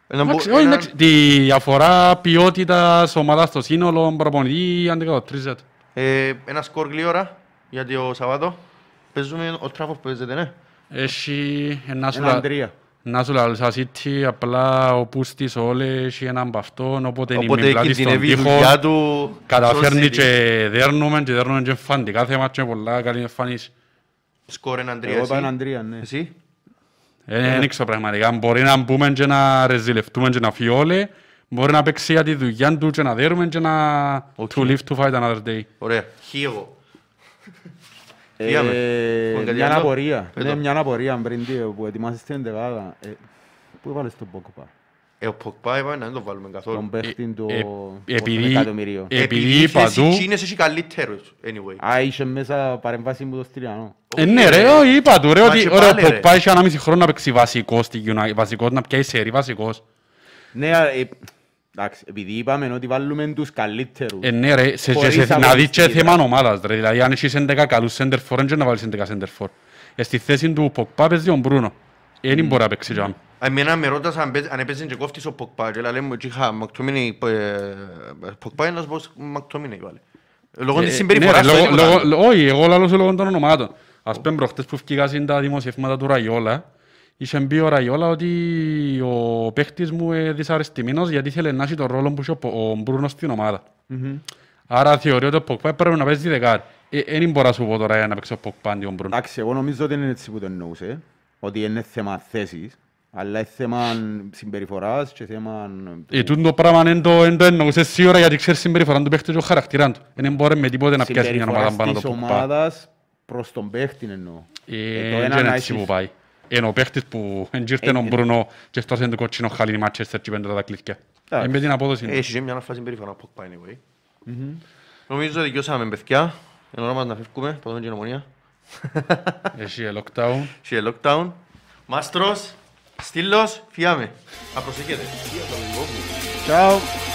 [SPEAKER 1] Ένα μπο-
[SPEAKER 2] Εντάξει, όχι,
[SPEAKER 1] ένα-
[SPEAKER 2] εντάξει, Τη αφορά ποιότητα ομάδας στο σύνολο, προπονητή, αν δεν κατατρίζεται.
[SPEAKER 1] Ε, ένα σκορ γλύωρα, γιατί ο Σαββάτο παίζουμε ο τράφος που παίζεται, ναι.
[SPEAKER 2] Έχει ένα σου
[SPEAKER 3] Έναν
[SPEAKER 2] λα-
[SPEAKER 3] τρία.
[SPEAKER 2] να σου λαλούσα City, απλά ο Πούστης ο Όλες έχει έναν από αυτόν, οπότε είναι
[SPEAKER 1] Οπότε
[SPEAKER 2] πλάτη στον
[SPEAKER 1] κινδυνεύει η
[SPEAKER 2] τοίχο,
[SPEAKER 1] δουλειά του.
[SPEAKER 2] καταφέρνει
[SPEAKER 1] στον
[SPEAKER 2] και
[SPEAKER 1] City.
[SPEAKER 2] δέρνουμε και δέρνουμε και εμφάντη. Κάθε μάτς είναι πολλά καλή εμφάνιση.
[SPEAKER 1] Σκορ έναν τρία,
[SPEAKER 3] Εγώ είπα έναν
[SPEAKER 1] εσύ.
[SPEAKER 3] τρία, ναι.
[SPEAKER 1] Εσύ.
[SPEAKER 2] Ε, Δεν ήξερα πραγματικά, μπορεί να μπούμε και να ρεζιλευτούμε και να φύγει Όλε, μπορεί να παίξει για τη δουλειά του και να δέρουμε και να
[SPEAKER 1] Οκ.
[SPEAKER 2] to live to fight another day.
[SPEAKER 1] Ωραία. Χι εγώ.
[SPEAKER 3] Ε,
[SPEAKER 1] Πήγαμε. Έχουμε κάτι
[SPEAKER 3] Μια
[SPEAKER 1] άλλο?
[SPEAKER 3] αναπορία.
[SPEAKER 1] Εδώ.
[SPEAKER 3] Ναι, μια αναπορία πριν τι, που ετοιμάσαι στην δεκάδα. Ε, Πού έβαλες τον Πόκοπα.
[SPEAKER 1] Ε, ο Ποκπά είπαμε να μην το βάλουμε καθόλου.
[SPEAKER 3] Τον παίχτην το...
[SPEAKER 2] ε,
[SPEAKER 3] το
[SPEAKER 2] επειδή-
[SPEAKER 3] εκατομμυρίο.
[SPEAKER 2] ε, επειδή
[SPEAKER 1] οι θέσεις
[SPEAKER 2] παντού-
[SPEAKER 1] Τσίνες έχει καλύτερους, anyway.
[SPEAKER 3] Α, είχε μέσα παρεμβάση μου το στυλιανό.
[SPEAKER 2] Ε, ναι ρε, ο- είπα του ρε
[SPEAKER 1] Μα
[SPEAKER 2] ότι
[SPEAKER 1] και
[SPEAKER 2] ωραία, ο
[SPEAKER 1] πάλι, ρε.
[SPEAKER 2] Ποκπά είχε 1,5 χρόνο να παίξει βασικός στη United, βασικός, να πιάει σερή βασικός.
[SPEAKER 3] Ναι, α, ε, εντάξει, επειδή είπαμε ότι βάλουμε τους καλύτερους.
[SPEAKER 2] Ε, ναι ρε, σε,
[SPEAKER 3] Χωρίς
[SPEAKER 2] σε, σε, να δεις και
[SPEAKER 3] αγωνιστική, δηλαδή.
[SPEAKER 2] θέμα ομάδας ρε, δηλαδή αν έχεις 11 καλούς center for, δεν να βάλεις 11 center for. Ε, στη θέση του Ποκπά παίζει ο Μπρούνο. Ε, δεν μπορεί να παίξει τζάμ.
[SPEAKER 1] Εμένα με ρώτας αν παίζει- αν έπαιζε και κόφτης ο Ποκπά και λέμε ότι είχα Μακτομίνη, ε, Ποκπά είναι ένας πως Μακτομίνη πάλι. Λόγω
[SPEAKER 2] Ε,
[SPEAKER 1] της
[SPEAKER 2] ναι,
[SPEAKER 1] συμπεριφοράς
[SPEAKER 2] ρε,
[SPEAKER 1] του,
[SPEAKER 2] λόγω-
[SPEAKER 1] τίποτα
[SPEAKER 2] λόγω-
[SPEAKER 1] άλλο.
[SPEAKER 2] λο- Όχι, εγώ λαλώ σου λόγω των ονομάτων. Ας πούμε προχτές που βγήκαν τα δημοσιεύματα του Ραϊόλα, είχε μπει ο Ραϊόλα ότι ο παίχτης μου ε, δυσαρεστημένος γιατί ήθελε να έχει τον ρόλο που είχε ο Πο- ο Μπρούνος στην ομάδα. Άρα θεωρεί ότι ο Ποκπά πρέπει να παίζει δεκάρι. Ε, Δεν μπορώ να σου πω τώρα ε, να παίξει ο Ποκπά αντί ο Μπρούνος.
[SPEAKER 3] Εντάξει, εγώ νομίζω ότι είναι έτσι που το εννοούσε. Ότι είναι θέμα θέσης, αλλά είναι θέμα συμπεριφοράς και θέμα...
[SPEAKER 2] Ε, τούτο το πράγμα δεν το δεν το εννοούσε σίγουρα γιατί ξέρεις συμπεριφορά του παίχτη και ο χαρακτήρα του. Δεν μπορεί με τίποτε να πιάσει μια ομάδα πάνω
[SPEAKER 3] συμπεριφοράς
[SPEAKER 2] το
[SPEAKER 3] της
[SPEAKER 2] Ποκπά.
[SPEAKER 3] ομάδας προς τον παίχτη εννοώ. Ε, το
[SPEAKER 2] Ε,
[SPEAKER 3] ένα
[SPEAKER 2] δεν
[SPEAKER 3] να
[SPEAKER 2] έτσι
[SPEAKER 3] έχεις- Ε,
[SPEAKER 2] που πάει. Ενώ ο παίχτης που εγγύρτε ο Μπρουνό και έφτασε το κότσινο χάλι τη Μάτσεστερ και πέντε τα κλειδιά.
[SPEAKER 3] Εντάξει.
[SPEAKER 2] Εν με την απόδοση. του.
[SPEAKER 1] Έχει και μια αναφράση συμπεριφορά ο Ποκπά, anyway. Νομίζω ότι δικαιώσαμε παιδιά. Είναι ώρα μας να φεύγουμε, πατούμε την ομονία.
[SPEAKER 2] Έχει ε, lockdown.
[SPEAKER 1] Σε lockdown. Μάστρος, στήλος, φιάμε. Απροσεχέτε.
[SPEAKER 3] Ciao.